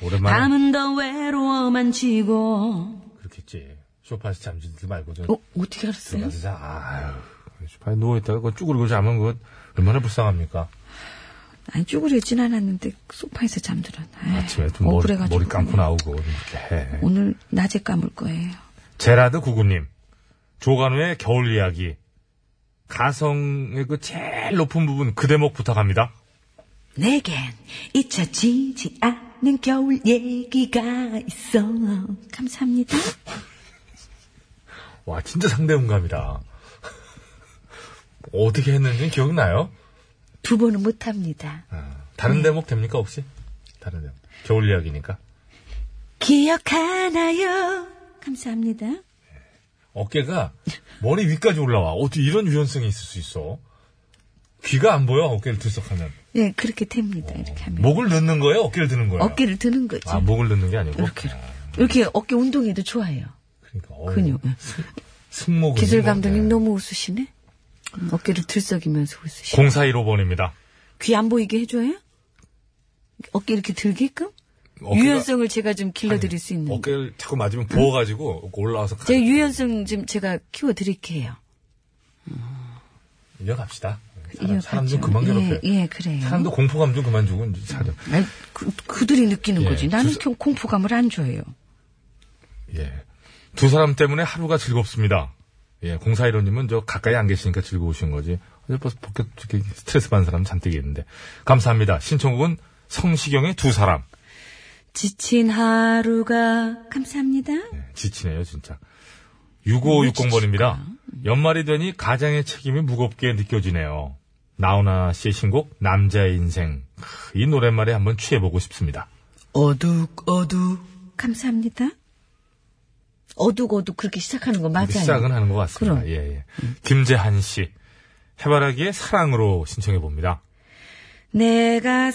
오랜만에 밤은 더 외로워만 지고. 그렇겠지. 쇼파에서 잠들지 말고 좀 어, 어떻게 알았어요? 들어가서 네. 자. 아유, 쇼파에 누워있다가 그 쭈그리고 자면 그 얼마나 불쌍합니까? 아니, 쭈그려진 않았는데, 소파에서 잠들었나. 아침에 좀 머리, 억울해가지고. 머리 감고 나오고 좀 이렇게 해. 오늘 낮에 감을 거예요. 제라드 구구님, 조간우의 겨울 이야기. 가성의 그 제일 높은 부분 그 대목 부탁합니다. 내겐 잊혀지지 않는 겨울 얘기가 있어. 감사합니다. 와, 진짜 상대음감이다. [LAUGHS] 어떻게 했는지 기억이 나요? 두 번은 못합니다. 아, 다른 대목 됩니까, 혹시? 다른 대목. 겨울 이야기니까. 기억하나요? 감사합니다. 어깨가 머리 위까지 올라와. 어떻게 이런 유연성이 있을 수 있어? 귀가 안 보여, 어깨를 들썩하면. 예, 그렇게 됩니다. 이렇게 하면. 목을 넣는 거예요? 어깨를 드는 거예요? 어깨를 드는 거지. 아, 목을 넣는 게 아니고? 이렇게, 아, 이렇게 어깨 운동에도 좋아요. 그러니까. 어우, 근육. 승모근. 기술 뭐, 감독님 네. 너무 웃으시네. 어깨를 들썩이면서 웃으시네. 0415번입니다. 귀 안 보이게 해줘요? 어깨 이렇게 들게끔? 유연성을 제가 좀 길러드릴 수 있는. 어깨를 자꾸 맞으면 부어가지고 올라와서 가. 네. 제 유연성 좀 제가 키워드릴게요. 이어갑시다. 사람, 사람 좀 그만 괴롭혀. 요 예, 예, 그래요. 사람도 공포감 좀 그만 주고 이제 사람. 아니, 그, 그들이 느끼는 예, 거지. 나는 주소- 경- 공포감을 안 줘요. 예. 두 사람 때문에 하루가 즐겁습니다. 예, 공사일호님은 저 가까이 안 계시니까 즐거우신 거지. 어제 벌써 벗겨, 이렇게 스트레스 받는 사람 잔뜩 있는데. 감사합니다. 신청곡은 성시경의 두 사람. 지친 하루가 감사합니다. 예, 지치네요, 진짜. 6560번입니다. 음, 그러니까. 연말이 되니 가장의 책임이 무겁게 느껴지네요. 나훈아 씨의 신곡, 남자의 인생. 크, 이 노랫말에 한번 취해보고 싶습니다. 어둑, 어둑. 감사합니다. 어둑, 어둑. 그렇게 시작하는 거 맞아요. 음. 근데 시작은 하는 것 같습니다. 예, 예. 김재한 씨. 해바라기의 사랑으로 신청해봅니다. 내가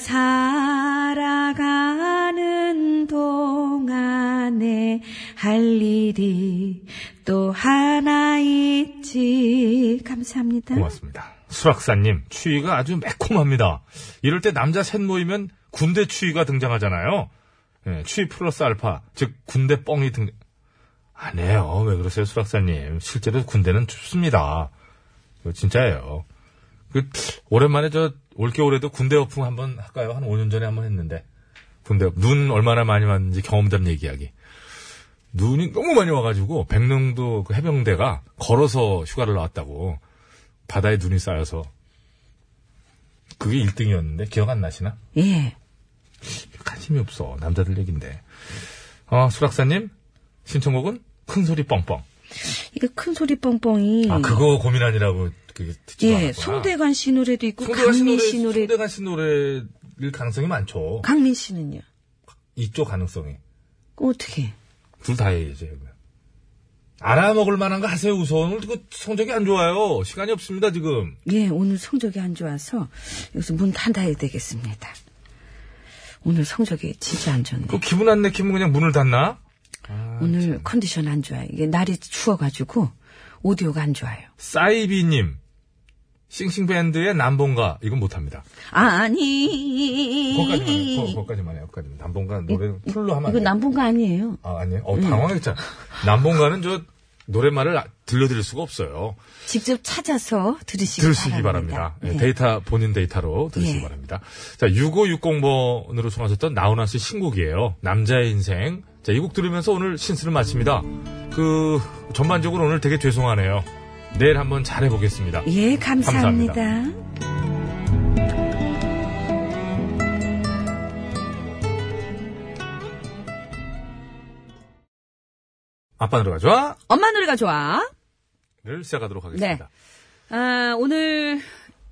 살아가는 동안에 할 일이 또 하나 있지. 감사합니다. 고맙습니다. 수락사님, 추위가 아주 매콤합니다. 이럴 때 남자 셋 모이면 군대 추위가 등장하잖아요. 예, 추위 플러스 알파, 즉 군대 뻥이 등장. 안 해요. 왜 그러세요, 수락사님. 실제로 군대는 춥습니다. 이거 진짜예요. 그, 오랜만에 저, 올겨울에도 군대 어풍 한번 할까요? 한 5년 전에 한번 했는데. 군대, 어풍. 눈 얼마나 많이 왔는지 경험담 얘기하기. 눈이 너무 많이 와가지고, 백령도 그 해병대가 걸어서 휴가를 나왔다고. 바다에 눈이 쌓여서 그게 1등이었는데 기억 안 나시나? 예. 관심이 없어 남자들 얘긴데 어, 수락사님 신청곡은 큰소리 뻥뻥 이거 큰 소리 뻥뻥이. 아 그거 고민 아니라고 그게 듣지 음. 예, 송대관 씨 노래도 있고, 송대관 씨 강민 노래 씨 노래, 송대관 씨 노래일 가능성이 많죠 강민 씨는요? 이쪽 가능성이 그 어떻게? 둘 다 해야지 그러면. 알아먹을 만한 거 하세요 우선 오늘 그 성적이 안 좋아요 시간이 없습니다 지금 예, 오늘 성적이 안 좋아서 여기서 문 닫아야 되겠습니다. 오늘 성적이 진짜 안 좋네. 그 기분 안 내키면 그냥 문을 닫나? 오늘 컨디션 안 좋아요. 이게 날이 추워가지고 오디오가 안 좋아요. 사이비님 싱싱밴드의 남봉가 이건 못합니다 아니. 거기까지만 해요. 거- 거기까지만 해요. 거기까지만. 남봉가 노래 풀로 하면 안 이거 음. 돼요. 남본가 아니에요. 아, 아니에요. 어, 당황했잖아. 남봉가는 저 노랫말을 아- 들려드릴 수가 없어요. 직접 찾아서 들으시기, 들으시기 바랍니다. 예, 네. 데이터, 본인 데이터로 들으시기 예. 바랍니다. 자, 6560번으로 청하셨던 나훈아 씨 신곡이에요. 남자의 인생. 자, 이 곡 들으면서 오늘 신스를 마칩니다. 그, 전반적으로 오늘 되게 죄송하네요. 내일 한번 잘해보겠습니다. 예, 감사합니다. 감사합니다. 아빠 노래가 좋아? 엄마 노래가 좋아. 를 시작하도록 네. 하겠습니다. 아, 오늘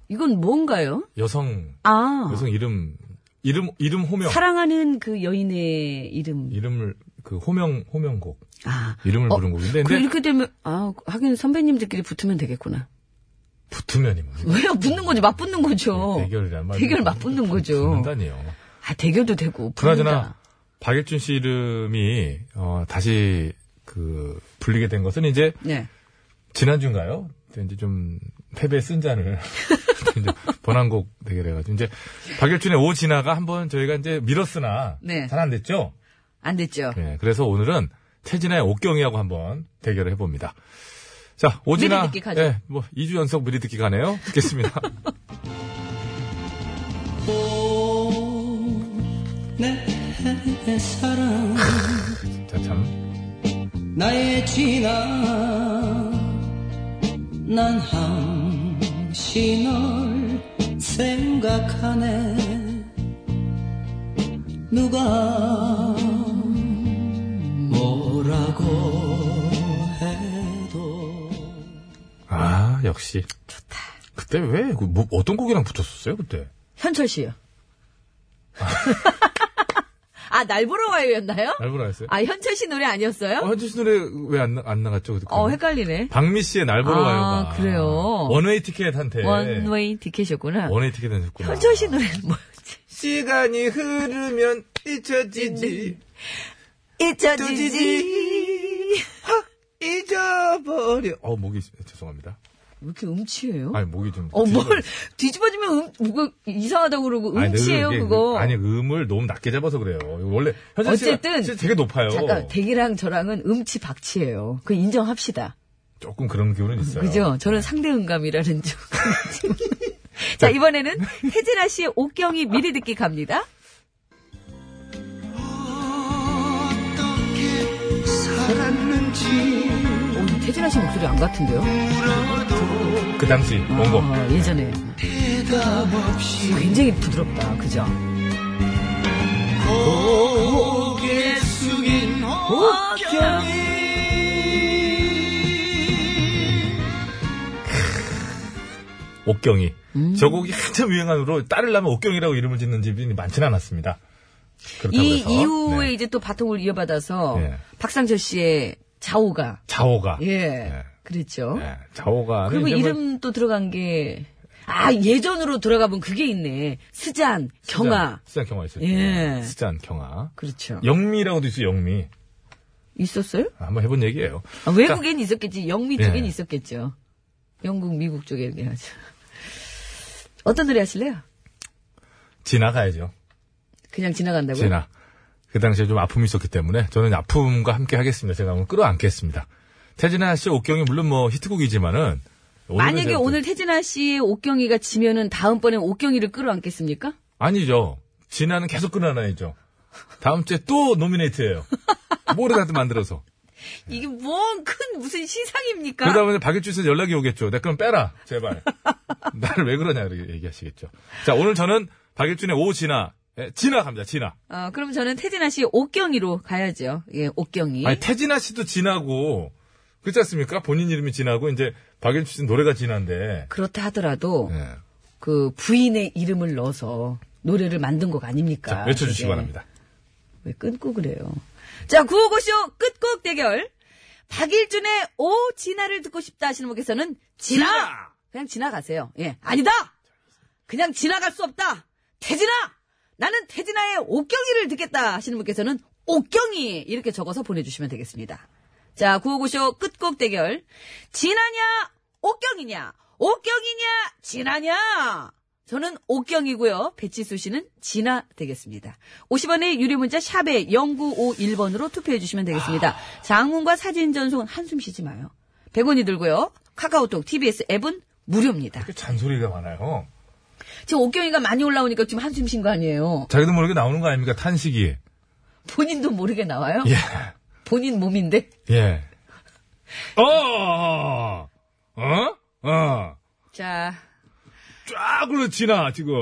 이건 뭔가요? 여성, 아, 여성 이름, 이름, 이름 호명. 사랑하는 그 여인의 이름. 이름을, 그 호명, 호명곡. 아, 이름을 부른 곡인데. 그 네, 근데 이렇게 되면 아 하긴 선배님들끼리 붙으면 되겠구나. 붙으면이 뭐. [LAUGHS] 왜요? 붙는 거죠. 맞붙는 거죠. 네, 대결이란 말. 어, 대결 맞붙는 거죠. 그러니까. 붙는다니요. 아, 대결도 되고. 그나저나 붙는다. 박일준 씨 이름이 어, 다시 그 불리게 된 것은 이제 네. 지난주인가요? 그때 이제 좀 패배 쓴 잔을 [LAUGHS] 이제 번안곡 대결해가지고 이제 박일준의 오진아가 한번 저희가 이제 밀었으나 네. 잘 안 됐죠. 안 됐죠? 네, 그래서 오늘은 태진아의 옥경이하고 한번 대결을 해봅니다. 자, 오진아. 미리 듣기 가죠. 예, 뭐 2주 연속 미리 듣기 가네요. [LAUGHS] 듣겠습니다. [LAUGHS] 진짜 참. 나의 진아 네. 난 항시 널 생각하네 누가 뭐라고 해도 아, 역시. 좋다. 그때 왜, 그 뭐, 어떤 곡이랑 붙였었어요, 그때? 현철 씨요. [LAUGHS] 아, 날 보러 와요였나요? 날 보러 왔어요? 아, 현철 씨 노래 아니었어요? 어, 현주 씨 노래 왜 안, 나- 안 나갔죠? 그때? 어, 헷갈리네. 박미 씨의 날 보러 아, 와요가. 그래요? 원웨이 티켓한테. 원웨이 디켓이었구나. 네. 원웨이 티켓한테 줬구나. 현철 씨 노래는 뭐였지? 시간이 흐르면 잊혀지지 잊혀지지. 잊어버려 어, 목이, 죄송합니다. 왜 이렇게 음치예요? 아니, 목이 좀. 어, 뭘, 뒤집어지면 음, 뭐가 이상하다고 그러고, 아니, 근데 음치예요, 그게 그거. 그- 아니, 음을 너무 낮게 잡아서 그래요. 원래, 현주 씨가 어쨌든- 진짜 되게 높아요. 잠깐, 댁이랑 저랑은 음치 박치예요. 그 인정합시다. 조금 그런 기운은 있어요. 그죠? 저는 상대음감이라는 좀. [LAUGHS] 자, 이번에는 혜진아 씨의 옥경이 미리 듣기 갑니다. 어떻게 살았는지 오, 혜진아 어, 씨 목소리 안 같은데요? 그 당시, 원곡. 아, 예전에. 아, 대답 없이 굉장히 부드럽다, 그죠? 고개 숙인 옥경이 옥경이. 음. 저 곡이 한참 유행한 후로 딸을 낳으면 옥경이라고 이름을 짓는 집이 많지는 않았습니다. 그렇다고 이 해서. 이후에 네. 이제 또 바통을 이어받아서 예. 박상철 씨의 자오가. 자오가. 예. 예. 그랬죠. 예, 자오가. 그리고 네, 이름 뭐 또 들어간 게, 아, 예전으로 돌아가면 그게 있네. 스잔, 경아. 스잔 경화 있었죠. 예. 스잔 경화. 그렇죠. 영미라고도 있어요, 영미. 있었어요? 아, 한번 해본 얘기예요. 아, 그러니까 외국엔 있었겠지. 영미 예. 쪽엔 있었겠죠. 영국, 미국 쪽에 이렇게 하죠. 어떤 노래 하실래요? 지나가야죠. 그냥 지나간다고요? 지나. 그 당시에 좀 아픔이 있었기 때문에 저는 아픔과 함께 하겠습니다. 제가 한번 끌어안겠습니다. 태진아 씨 옥경이 물론 뭐 히트곡이지만은 오늘은 만약에 제가 또- 오늘 태진아 씨의 옥경이가 지면은 다음번엔 옥경이를 끌어안겠습니까? 아니죠. 진아는 계속 끌어안아야죠. 다음 주에 또 노미네이트예요. 모레 다 만들어서. 이게 뭔 큰 무슨 시상입니까? 그러다 보니 박일주 씨한테 연락이 오겠죠. 내 그럼 빼라, 제발. 나를 왜 그러냐, 이렇게 얘기하시겠죠. 자, 오늘 저는 박일준의 오진아. 예, 진아 갑니다, 진아. 어, 그럼 저는 태진아 씨의 옥경이로 가야죠. 예, 옥경이. 아니, 태진아 씨도 진하고, 그렇지 않습니까? 본인 이름이 진하고, 이제 박일주 씨는 노래가 진한데. 그렇다 하더라도 예. 그 부인의 이름을 넣어서 노래를 만든 곡 아닙니까? 자, 외쳐주시기 그게. 바랍니다. 왜 끊고 그래요? 자, 구호고쇼 끝곡 대결. 박일준의 오 진아를 듣고 싶다 하시는 분께서는 진아! 그냥 지나가세요. 예, 아니다. 그냥 지나갈 수 없다. 태진아, 나는 태진아의 옥경이를 듣겠다 하시는 분께서는 옥경이 이렇게 적어서 보내주시면 되겠습니다. 자, 구호고쇼 끝곡 대결. 진아냐, 옥경이냐, 옥경이냐, 진아냐. 저는 옥경이고요. 배치수 씨는 진아 되겠습니다. 50원의 유료 문자 샵에 0951번으로 투표해 주시면 되겠습니다. 장문과 사진 전송은 한숨 쉬지 마요. 100원이 들고요. 카카오톡, TBS 앱은 무료입니다. 꽤 잔소리가 많아요. 지금 옥경이가 많이 올라오니까 지금 한숨 쉰 거 아니에요. 자기도 모르게 나오는 거 아닙니까? 탄식이. 본인도 모르게 나와요? 예. 본인 몸인데? 예. 어! 어? 어? 자, 쫙 올라 진아, 지금.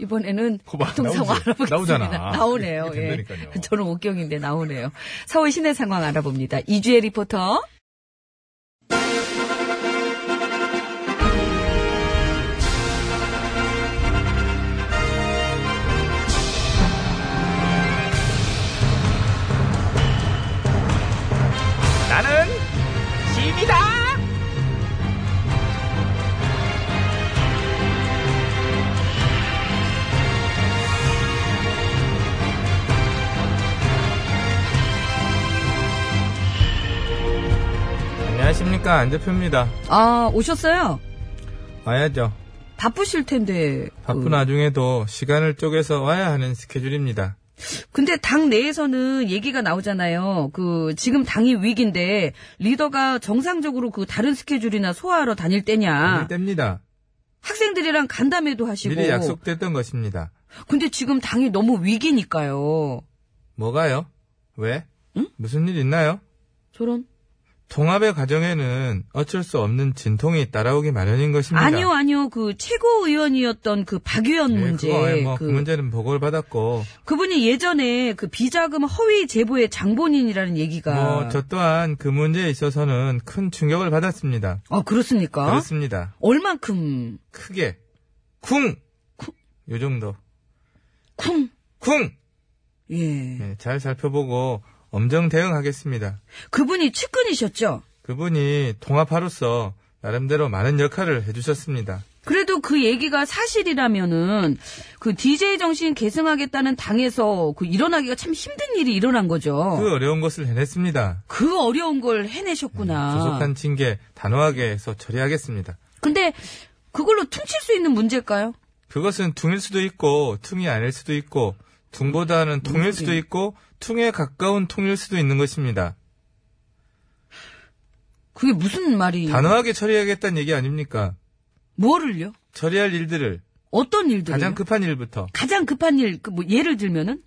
이번에는 거봐, 교통상황 나오지. 알아보겠습니다. 나오잖아. 네요 이렇게 된다니까요. 저는 옥경인데 나오네요. 서울 시내 상황 알아봅니다. 이주혜 리포터. 나는 짐이다 그러니까 안 대표입니다. 아, 오셨어요? 와야죠. 바쁘실 텐데. 바쁜 그, 와중에도 시간을 쪼개서 와야 하는 스케줄입니다. 그, 근데 당 내에서는 얘기가 나오잖아요. 그, 지금 당이 위기인데, 리더가 정상적으로 그 다른 스케줄이나 소화하러 다닐 때냐. 이 때입니다. 학생들이랑 간담회도 하시고. 미리 약속됐던 것입니다. 근데 지금 당이 너무 위기니까요. 뭐가요? 왜? 무슨 일 있나요? 저런. 통합의 과정에는 어쩔 수 없는 진통이 따라오기 마련인 것입니다. 아니요, 아니요. 그 최고위원이었던 그 박유현 예, 문제. 그거, 예, 뭐, 그 그, 문제는 보고를 받았고, 그분이 예전에 그 비자금 허위 제보의 장본인이라는 얘기가. 뭐, 저 또한 그 문제에 있어서는 큰 충격을 받았습니다. 아, 어? 그렇습니까? 그렇습니다. 얼만큼. 크게, 쿵! 요 정도. 쿵. 쿵! 예. 예, 잘 살펴보고, 엄정 대응하겠습니다. 그분이 측근이셨죠? 그분이 통합하로서 나름대로 많은 역할을 해주셨습니다. 그래도 그 얘기가 사실이라면은 그 DJ 정신 계승하겠다는 당에서 그 일어나기가 참 힘든 일이 일어난 거죠. 그 어려운 것을 해냈습니다. 그, 어려운 걸 해내셨구나. 음, 조속한 징계 단호하게 해서 처리하겠습니다. 근데 그걸로 퉁칠 수 있는 문제일까요? 그것은 퉁일 수도 있고 퉁이 아닐 수도 있고 퉁보다는 통일 수도 있고 퉁에 가까운 통일 수도 있는 것입니다. 그게 무슨 말이? 단호하게 처리하겠다는 얘기 아닙니까? 뭐를요? 처리할 일들을 어떤 일들? 가장 급한 일부터 가장 급한 일, 그 뭐 예를 들면은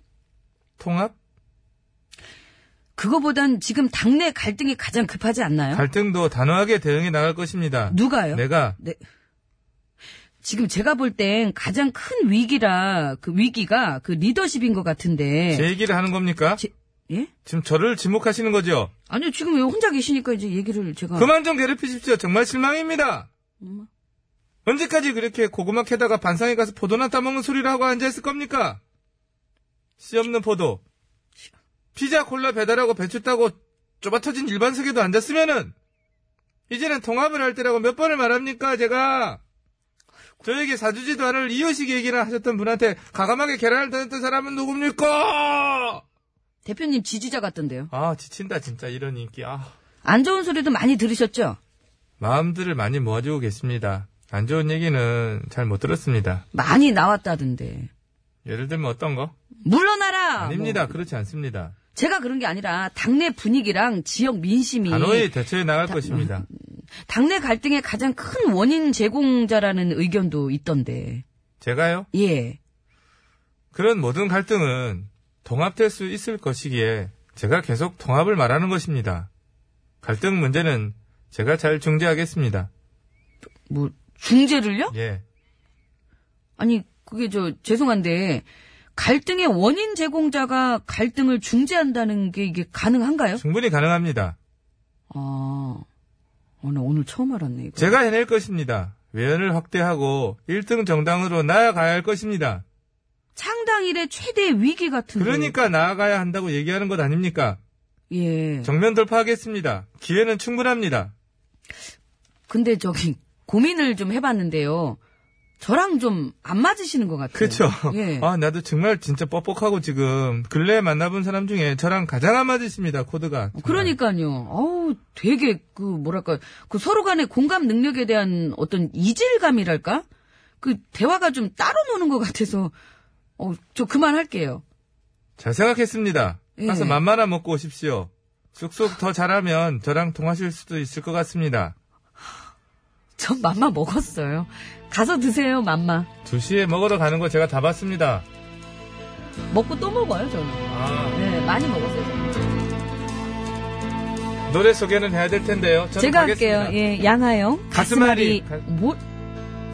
통합 그거보단 지금 당내 갈등이 가장 급하지 않나요? 갈등도 단호하게 대응해 나갈 것입니다. 누가요? 내가 네. 네. 지금 제가 볼 땐 가장 큰 위기라 그 위기가 그 리더십인 것 같은데. 제 얘기를 하는 겁니까? 제- 예? 지금 저를 지목하시는 거죠? 아니요 지금 왜 혼자 계시니까 이제 얘기를 제가. 어. 그만 좀 괴롭히십시오. 정말 실망입니다. 언제까지 그렇게 고구마 캐다가 반상에 가서 포도나 따먹는 소리를 하고 앉아있을 겁니까? 씨 없는 포도. 피자 콜라 배달하고 배추 따고 좁아터진 일반석에도 앉았으면은 이제는 통합을 할 때라고 몇 번을 말합니까 제가 저에게 사주지도 않을 이유식 얘기나 하셨던 분한테 가감하게 계란을 던졌던 사람은 누굽니까? 대표님 지지자 같던데요. 아 지친다 진짜 이런 인기 아 안 좋은 소리도 많이 들으셨죠? 마음들을 많이 모아주고 계십니다. 안 좋은 얘기는 잘 못 들었습니다. 많이 나왔다던데. 예를 들면 어떤 거? 물러나라. 아닙니다. 뭐. 그렇지 않습니다. 제가 그런 게 아니라 당내 분위기랑 지역 민심이 단호히 대처해 나갈 것입니다. 당내 갈등의 가장 큰 원인 제공자라는 의견도 있던데. 제가요? 예. 그런 모든 갈등은 통합될 수 있을 것이기에 제가 계속 통합을 말하는 것입니다. 갈등 문제는 제가 잘 중재하겠습니다. 뭐 중재를요? 예. 아니, 그게 저, 죄송한데, 갈등의 원인 제공자가 갈등을 중재한다는 게 이게 가능한가요? 충분히 가능합니다. 아, 어, 나 오늘 처음 알았네, 이거. 제가 해낼 것입니다. 외연을 확대하고 1등 정당으로 나아가야 할 것입니다. 창당일의 최대 위기 같은데. 그러니까 나아가야 한다고 얘기하는 것 아닙니까? 예. 정면 돌파하겠습니다. 기회는 충분합니다. 근데 저기, 고민을 좀 해봤는데요. 저랑 좀 안 맞으시는 것 같아요. 그쵸? 예. 아, 나도 정말 진짜 뻑뻑하고 지금 근래에 만나본 사람 중에 저랑 가장 안 맞으십니다, 코드가. 정말. 어, 그러니까요. 어우, 되게, 그, 뭐랄까, 그 서로 간의 공감 능력에 대한 어떤 이질감이랄까? 그, 대화가 좀 따로 노는 것 같아서, 어, 저 그만할게요. 잘 생각했습니다. 예. 가서 맘 말아 먹고 오십시오. 쑥쑥 더 잘하면 저랑 통하실 수도 있을 것 같습니다. 전 맘마 먹었어요. 가서 드세요, 맘마. 2시에 먹으러 가는 거 제가 다 봤습니다. 먹고 또 먹어요, 저는. 아, 네, 많이 먹었어요. 저는. 노래 소개는 해야 될 텐데요. 저는 제가 가겠습니다. 할게요. 예, 양아영. 가슴앓이. 뭐,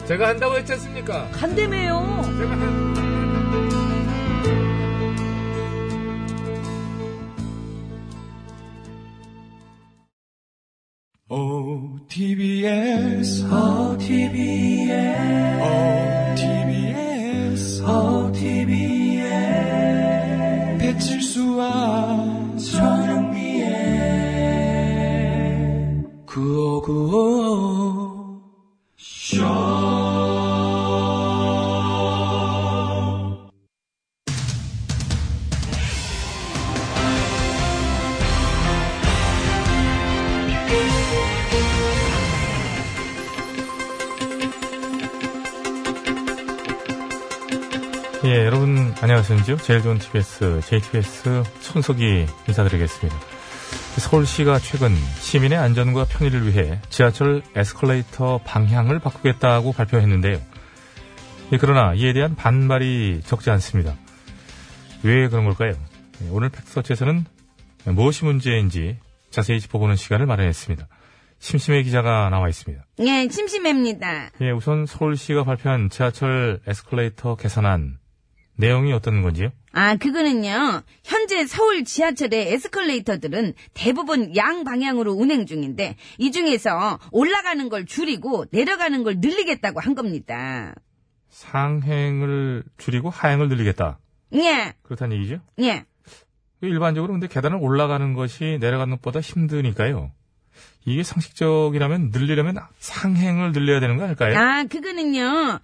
제가 한다고 했지 않습니까? 간대매요. 제가 한... 어, OTBS, OTBS, OTBS, OTBS, 배칠수와 전영미의 구호구호 쇼. 예, 여러분 안녕하십니까? 제일 좋은 TBS, JTBS 손석희 인사드리겠습니다. 서울시가 최근 시민의 안전과 편의를 위해 지하철 에스컬레이터 방향을 바꾸겠다고 발표했는데요. 예, 그러나 이에 대한 반발이 적지 않습니다. 왜 그런 걸까요? 예, 오늘 팩트서치에서는 무엇이 문제인지 자세히 짚어보는 시간을 마련했습니다. 심심해 기자가 나와 있습니다. 예, 심심합니다. 예, 우선 서울시가 발표한 지하철 에스컬레이터 개선안 내용이 어떤 건지요? 아, 그거는요. 현재 서울 지하철의 에스컬레이터들은 대부분 양 방향으로 운행 중인데 이 중에서 올라가는 걸 줄이고 내려가는 걸 늘리겠다고 한 겁니다. 상행을 줄이고 하행을 늘리겠다. 예, 그렇다는 얘기죠? 예. 일반적으로 근데 계단을 올라가는 것이 내려가는 것보다 힘드니까요. 이게 상식적이라면 늘리려면 상행을 늘려야 되는 거 아닐까요? 아, 그거는요.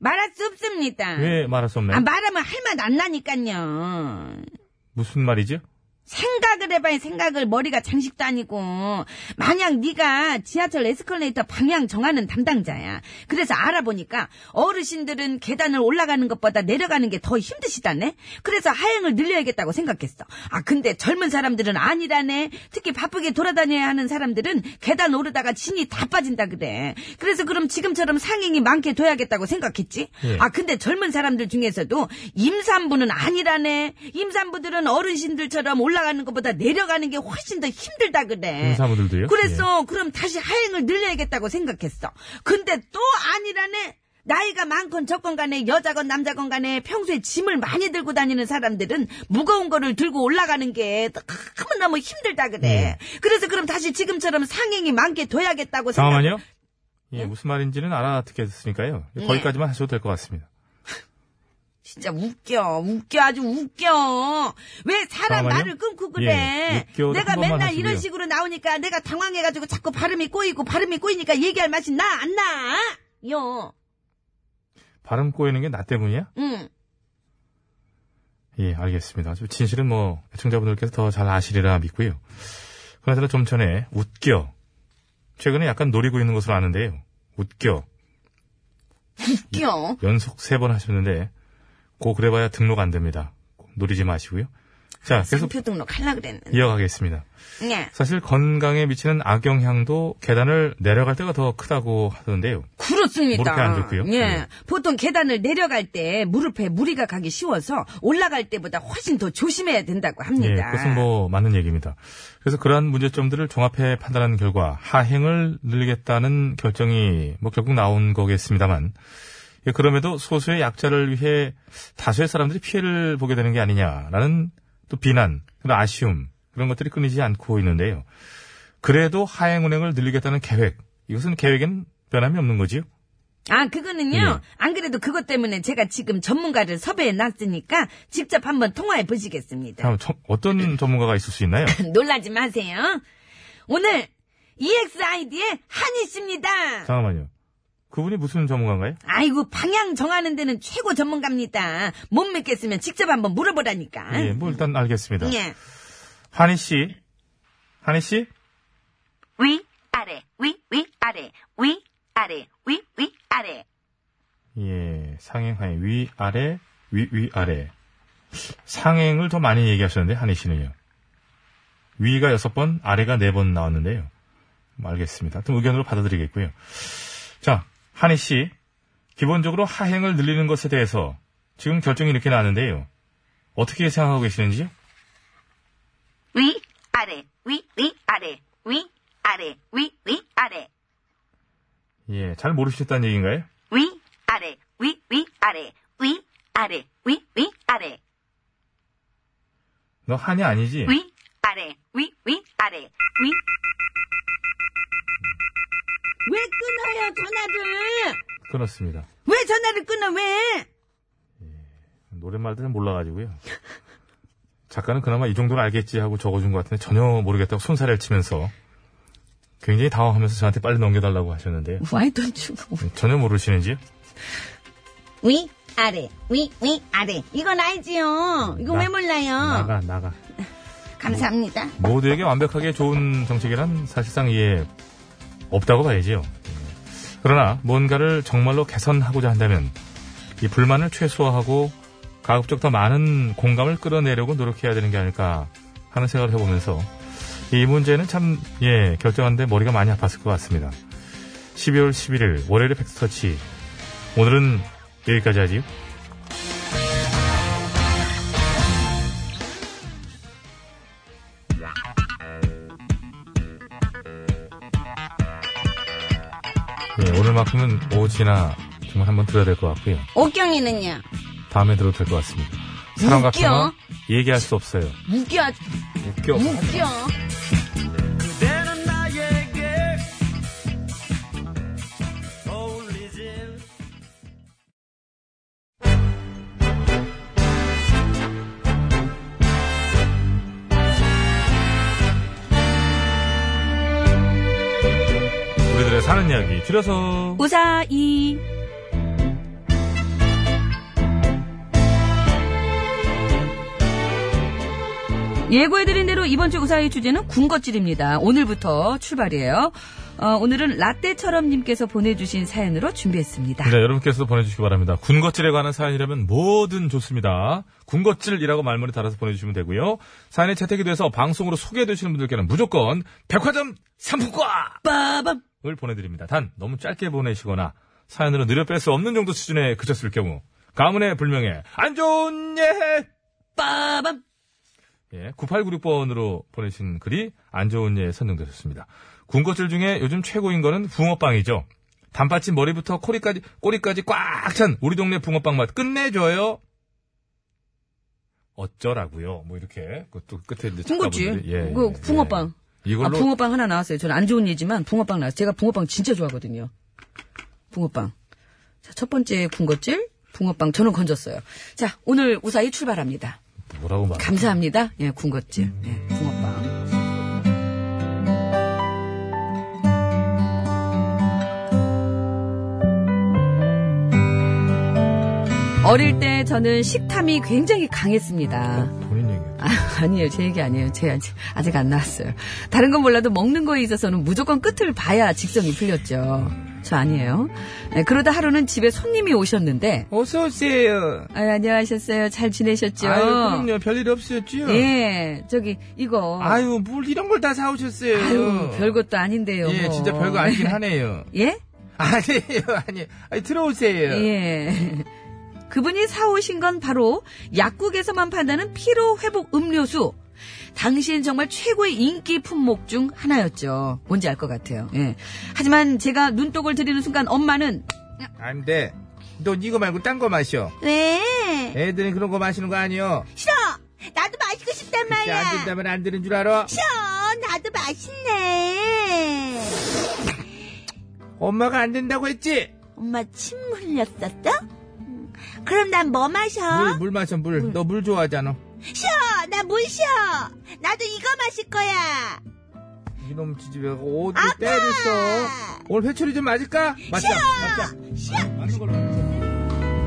말할 수 없습니다. 왜 말할 수 없나요? 아, 말하면 할 맛 안 나니까요. 무슨 말이죠? 생각을 해봐야 생각을 머리가 장식도 아니고 만약 네가 지하철 에스컬레이터 방향 정하는 담당자야 그래서 알아보니까 어르신들은 계단을 올라가는 것보다 내려가는 게 더 힘드시다네 그래서 하행을 늘려야겠다고 생각했어 아 근데 젊은 사람들은 아니라네 특히 바쁘게 돌아다녀야 하는 사람들은 계단 오르다가 진이 다 빠진다 그래 그래서 그럼 지금처럼 상행이 많게 둬야겠다고 생각했지 예. 아 근데 젊은 사람들 중에서도 임산부는 아니라네 임산부들은 어르신들처럼 올라가는 것보다 내려가는 게 훨씬 더 힘들다 그래 인사무들도요? 예. 예. 그래서 그럼 다시 하행을 늘려야겠다고 생각했어. 근데 또 아니라네. 나이가 많건 적건 간에 여자건 남자건 간에 평소에 짐을 많이 들고 다니는 사람들은 무거운 거를 들고 올라가는 게 너무너무 힘들다 그래. 그래서 그럼 다시 지금처럼 상행이 많게 둬야겠다고 생각. 음. 잠깐만요. 예, 무슨 말인지는 알아듣겠으니까요. 거기까지만 하셔도 될 것 같습니다. 진짜 웃겨. 웃겨. 아주 웃겨. 왜 사람 잠깐만요. 말을 끊고 그래. 예, 웃겨를 내가 한 번만 맨날 하시고요. 이런 식으로 나오니까 내가 당황해가지고 자꾸 발음이 꼬이고 발음이 꼬이니까 얘기할 맛이 나 안 나? 요. 발음 꼬이는 게 나 때문이야? 응. 예, 알겠습니다. 아주 진실은 뭐 애청자분들께서 더 잘 아시리라 믿고요. 그나저나 좀 전에 웃겨. 최근에 약간 노리고 있는 것으로 아는데요. 웃겨. 웃겨. 연속 세 번 하셨는데 고 그래봐야 등록 안 됩니다. 꼭 노리지 마시고요. 자, 예. 계속 상표 등록 하려 그랬는데. 이어가겠습니다. 예. 사실 건강에 미치는 악영향도 계단을 내려갈 때가 더 크다고 하던데요. 그렇습니다. 무릎에 안 좋고요. 예. 네. 보통 계단을 내려갈 때 무릎에 무리가 가기 쉬워서 올라갈 때보다 훨씬 더 조심해야 된다고 예, 합니다. 그것은 뭐 맞는 얘기입니다. 그래서 그러한 문제점들을 종합해 판단하는 결과 하행을 늘리겠다는 결정이 뭐 결국 나온 거겠습니다만 예, 그럼에도 소수의 약자를 위해 다수의 사람들이 피해를 보게 되는 게 아니냐라는 또 비난, 그런 아쉬움 그런 것들이 끊이지 않고 있는데요. 그래도 하행 운행을 늘리겠다는 계획 이것은 계획엔 변함이 없는 거지요. 아, 그거는요. 예. 안 그래도 그것 때문에 제가 지금 전문가를 섭외해 놨으니까 직접 한번 통화해 보시겠습니다. 다음 저- 어떤 전문가가 있을 수 [LAUGHS] 있나요? 놀라지 마세요. 오늘 EXID의 한희 씨입니다. 잠깐만요. 그분이 무슨 전문가인가요? 아이고, 방향 정하는 데는 최고 전문가입니다. 못 믿겠으면 직접 한번 물어보라니까. 예, 뭐 일단 알겠습니다. 예. 한희 씨. 한희 씨? 위, 아래, 위, 위, 아래, 위, 아래, 위, 위, 아래. 예, 상행, 하행. 위, 아래, 위, 위, 아래. 상행을 더 많이 얘기하셨는데, 한희 씨는요. 위가 여섯 번, 아래가 네 번 나왔는데요. 뭐 알겠습니다. 좀 의견으로 받아들이겠고요. 자, 한희 씨. 기본적으로 하행을 늘리는 것에 대해서 지금 결정이 이렇게 나왔는데요. 어떻게 생각하고 계시는지요? 위, 아래, 위, 위, 아래, 위, 아래, 위, 위, 아래. 예, 잘 모르셨다는 얘기인가요? 위, 아래, 위, 위, 아래, 위, 아래, 위, 위, 아래, 너 한이 아니지? 위, 아래, 위, 위, 아래, 위. 왜 끊어요, 전화를? 끊었습니다. 왜 전화를 끊어, 왜? 노랫말도 잘 몰라가지고요. 작가는 그나마 이 정도는 알겠지 하고 적어준 것 같은데 전혀 모르겠다고 손사래를 치면서 굉장히 당황하면서 저한테 빨리 넘겨달라고 하셨는데요. Why don't you know? 전혀 모르시는지요? 위, 아래, 위, 위, 아래. 이건 알지요. 이거 나- 왜 몰라요? 나가, 나가. 감사합니다. 모두에게 완벽하게 좋은 정책이란 사실상 이해 없다고 봐야지요. 그러나 뭔가를 정말로 개선하고자 한다면 이 불만을 최소화하고 가급적 더 많은 공감을 끌어내려고 노력해야 되는 게 아닐까 하는 생각을 해보면서 이 문제는 참, 예, 결정하는데 머리가 많이 아팠을 것 같습니다. 12월 11일 월요일의 팩스터치. 오늘은 여기까지 하지요. 예, 오늘만큼은 오지나 정말 한번 들어야 될 것 같고요. 옥경이는요? 다음에 들어도 될 것 같습니다. 사랑 웃겨. 같으면 얘기할 수 없어요. 음. 무기 아주 웃겨. 웃겨. 우리들의 사는 이야기 줄여서 우사이. 예고해드린 대로 이번 주 우사의 주제는 군것질입니다. 오늘부터 출발이에요. 어, 오늘은 라떼처럼님께서 보내주신 사연으로 준비했습니다. 네, 여러분께서도 보내주시기 바랍니다. 군것질에 관한 사연이라면 뭐든 좋습니다. 군것질이라고 말머리 달아서 보내주시면 되고요. 사연이 채택이 돼서 방송으로 소개되시는 분들께는 무조건 백화점 상품권을 빠밤! 보내드립니다. 단 너무 짧게 보내시거나 사연으로 느려 뺄 수 없는 정도 수준에 그쳤을 경우 가문의 불명예 안 좋은 예 빠밤! 예, 9896번으로 보내신 글이 안 좋은 예에 선정되셨습니다. 군것질 중에 요즘 최고인 거는 붕어빵이죠. 단팥집 머리부터 코리까지, 꼬리까지 꽉 찬 우리 동네 붕어빵 맛 끝내줘요. 어쩌라고요? 뭐 이렇게 그것도 끝에 이제 군것질. 작가분들이, 예, 그 예, 붕어빵. 예. 이걸로 아, 붕어빵 하나 나왔어요. 저는 안 좋은 예지만 붕어빵 나왔어요. 제가 붕어빵 진짜 좋아하거든요. 붕어빵. 자, 첫 번째 군것질, 붕어빵. 저는 건졌어요. 자, 오늘 우사히 출발합니다. 뭐라고 말? 감사합니다. 예, 군것질. 음. 예, 붕어빵. 어릴 때 저는 식탐이 굉장히 강했습니다. 본인 얘기. 아, 아니에요. 제 얘기 아니에요. 제 아직, 아직 안 나왔어요. 다른 건 몰라도 먹는 거에 있어서는 무조건 끝을 봐야 직성이 풀렸죠. 저 아니에요. 네, 그러다 하루는 집에 손님이 오셨는데, 어서오세요. 아, 안녕하셨어요. 잘 지내셨죠? 아유, 그럼요. 별일 없으셨죠? 예, 저기, 이거. 어. 아유, 뭘 이런 걸 다 사오셨어요. 아유, 별것도 아닌데요. 예, 뭐. 진짜 별거 아니긴 하네요. [LAUGHS] 예? 아니에요, 아니에요. 아니, 들어오세요. 예. 그분이 사오신 건 바로 약국에서만 판다는 피로회복 음료수. 당시엔 정말 최고의 인기 품목 중 하나였죠. 뭔지 알 것 같아요. 예. 하지만 제가 눈독을 들이는 순간 엄마는 안 돼. 넌 이거 말고 딴 거 마셔. 왜? 애들은 그런 거 마시는 거 아니요. 싫어. 나도 마시고 싶단 진짜 말이야. 안 된다면 안 되는 줄 알아? 싫어. 나도 마실래. 엄마가 안 된다고 했지? 엄마 침 흘렸었어? 음, 그럼 난 뭐 마셔? 어? 물, 물 마셔, 물. 너 물 좋아하잖아. 쉬어. 나물 쉬어. 나도 이거 마실 거야. 이놈 지집애 어디 때렸어? 오늘 회초리 좀 맞을까? 맞자, 맞자. 맞는 걸로.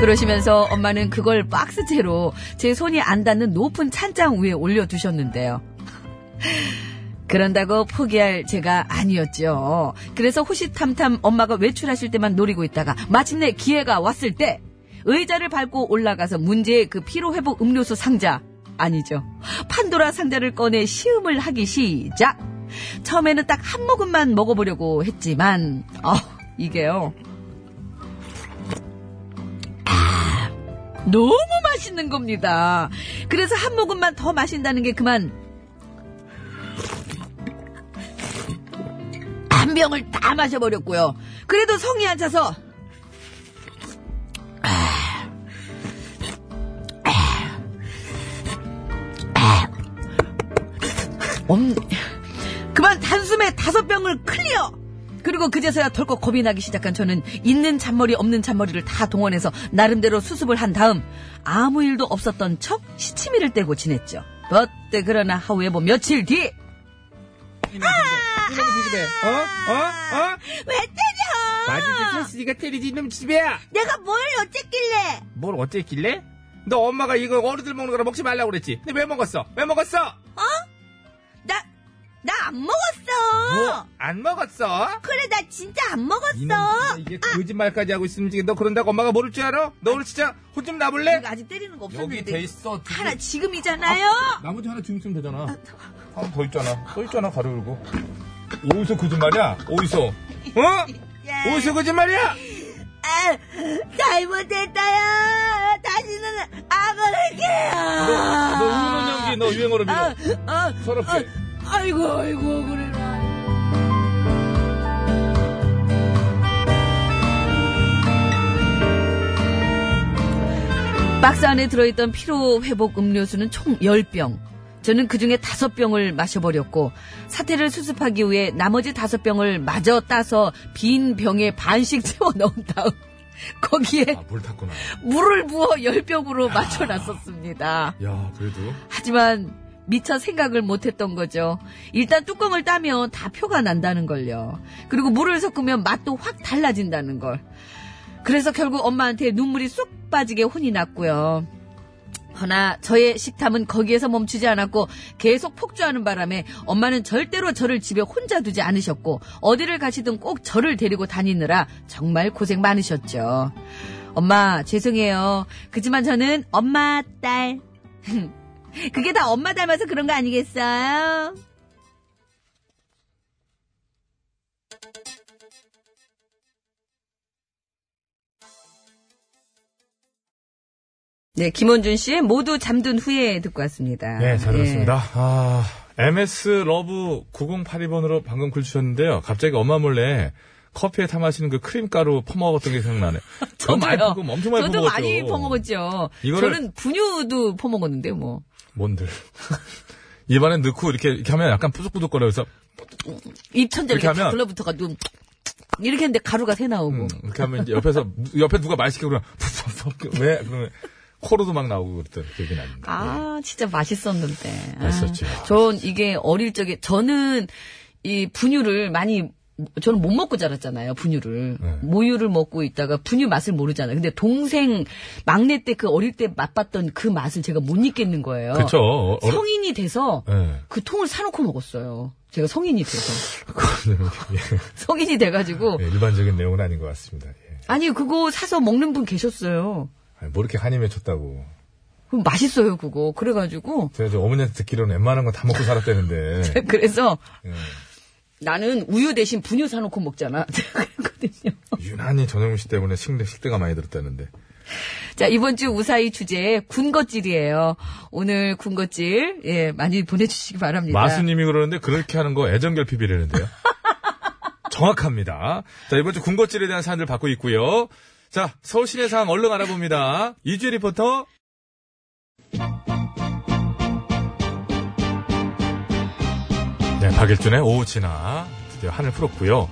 그러시면서 엄마는 그걸 박스째로 제 손이 안 닿는 높은 찬장 위에 올려두셨는데요. [LAUGHS] 그런다고 포기할 제가 아니었죠. 그래서 호시탐탐 엄마가 외출하실 때만 노리고 있다가 마침내 기회가 왔을 때 의자를 밟고 올라가서 문제의 그 피로회복 음료수 상자 아니죠. 판도라 상자를 꺼내 시음을 하기 시작. 처음에는 딱 한 모금만 먹어보려고 했지만 어, 이게요. 너무 맛있는 겁니다. 그래서 한 모금만 더 마신다는 게 그만 한 병을 다 마셔버렸고요. 그래도 성이 안 차서 엄- 그만 단숨에 다섯 병을 클리어. 그리고 그제서야 덜컥 겁이 나기 시작한 저는 있는 잔머리 없는 잔머리를 다 동원해서 나름대로 수습을 한 다음 아무 일도 없었던 척 시치미를 떼고 지냈죠. 그때 그러나 하루에 뭐 며칠 뒤 아, 이놈 지집애. 어? 어? 어? 왜 때려? 맞을 때 찼으니까 때리지, 이놈 지집애야. 내가 뭘 어쨌길래? 뭘 어쨌길래? 너 어. 엄마가 이거 어른들 먹는 거라 먹지 말라고 그랬지. 근데 왜 먹었어? 왜 먹었어? 나 나 안 먹었어. 뭐, 뭐? 안 먹었어? 그래 나 진짜 안 먹었어. 이놈, 이게 거짓말까지 하고 있으면 지금 너 그런다고 엄마가 모를 줄 알아? 너 오늘 진짜 혼 좀 나볼래? 이거 아직 때리는 거 여기 돼 없었는데. 있어. 하나 지금이잖아요. 나머지 하나 주면 있으면 되잖아. 하나 더 있잖아. 또 있잖아, 가로 열고. 어디서 거짓말이야? 어디서? 어? 예. 어디서 거짓말이야? 아, 잘못했다요. 다시는 안 너 먹을게요. 아. 우는 연기, 너 유행어로 밀어. 아, 서럽게. 아이고 아이고 그래라. 박스 안에 들어있던 피로 회복 음료수는 총 10병. 저는 그 중에 5병을 마셔버렸고, 사태를 수습하기 위해 나머지 5병을 마저 따서 빈 병에 반씩 [LAUGHS] 채워 넣은 다음, 거기에 아, 물 탔구나. 물을 부어 10병으로 맞춰놨었습니다. 야, 그래도. 하지만 미처 생각을 못했던 거죠. 일단 뚜껑을 따면 다 표가 난다는 걸요. 그리고 물을 섞으면 맛도 확 달라진다는 걸. 그래서 결국 엄마한테 눈물이 쑥 빠지게 혼이 났고요. 허나 저의 식탐은 거기에서 멈추지 않았고 계속 폭주하는 바람에 엄마는 절대로 저를 집에 혼자 두지 않으셨고 어디를 가시든 꼭 저를 데리고 다니느라 정말 고생 많으셨죠. 엄마 죄송해요. 그지만 저는 엄마 딸 [LAUGHS] 그게 다 엄마 닮아서 그런 거 아니겠어요? 네, 김원준 씨의 모두 잠든 후에 듣고 왔습니다. 네, 잘 들었습니다. 예. 아, MS 러브 9082번으로 방금 글 주셨는데요. 갑자기 엄마 몰래 커피에 타 마시는 그 크림가루 퍼먹었던 게 생각나네. 저거 많이 저도요. 퍼먹고 엄청 많이 저도 퍼먹었죠. 많이 퍼먹었죠. 이거를- 저는 분유도 퍼먹었는데 뭐. 뭔들. [LAUGHS] 입안에 넣고 이렇게, 이렇게 하면 약간 부석부석거려서 입천장 이렇게 이렇게 다 하면- 둘러붙어가지고 이렇게 했는데 가루가 새 나오고. 음, 이렇게 하면 이제 옆에서 옆에 누가 말 시키고 그러면 [LAUGHS] 푹푹푹 왜 그러면 코로도 막 나오고 그랬던 기억이 납니다. 아, 진짜 맛있었는데. 아, 맛있었죠. 전 이게 어릴 적에, 저는 이 분유를 많이, 저는 못 먹고 자랐잖아요, 분유를. 네. 모유를 먹고 있다가 분유 맛을 모르잖아요. 근데 동생, 막내 때 그 어릴 때 맛봤던 그 맛을 제가 못 잊겠는 거예요. 그쵸. 어, 어려- 성인이 돼서 예. 그 통을 사놓고 먹었어요. 제가 성인이 돼서. 그거는 [LAUGHS] 성인이 돼가지고. 예, 일반적인 내용은 아닌 것 같습니다. 예. 아니, 그거 사서 먹는 분 계셨어요. 아니, 뭐 이렇게 한이 맺혔다고. 그럼 맛있어요, 그거. 그래가지고. 제가 이제 어머니한테 듣기로는 웬만한 건 다 먹고 [LAUGHS] 살았다는데. 그래서 나는 우유 대신 분유 사놓고 먹잖아. [LAUGHS] 제가 그랬거든요. 유난히 전영미 씨 때문에 식대, 식대가 많이 들었다는데. 자, 이번 주 우사히 주제 군것질이에요. 오늘 군것질, 예, 많이 보내주시기 바랍니다. 마수님이 그러는데 그렇게 하는 거 [LAUGHS] 애정결핍이라는데요. 정확합니다. 자, 이번 주 군것질에 대한 사연들 받고 있고요. 자, 서울 시내 상황 얼른 알아봅니다. 이주혜 리포터. 네, 박일준의 오후 지나 드디어 한을 풀었고요.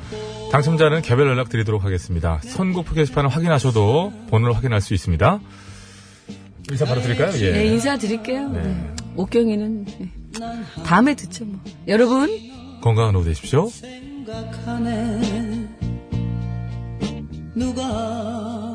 당첨자는 개별 연락 드리도록 하겠습니다. 선곡표 게시판을 확인하셔도 번호를 확인할 수 있습니다. 인사 바로 드릴까요? 예. 네, 인사드릴게요. 네. 옥경이는 예. 다음에 듣죠, 뭐. 여러분. 건강한 오후 되십시오. 생각하네 누가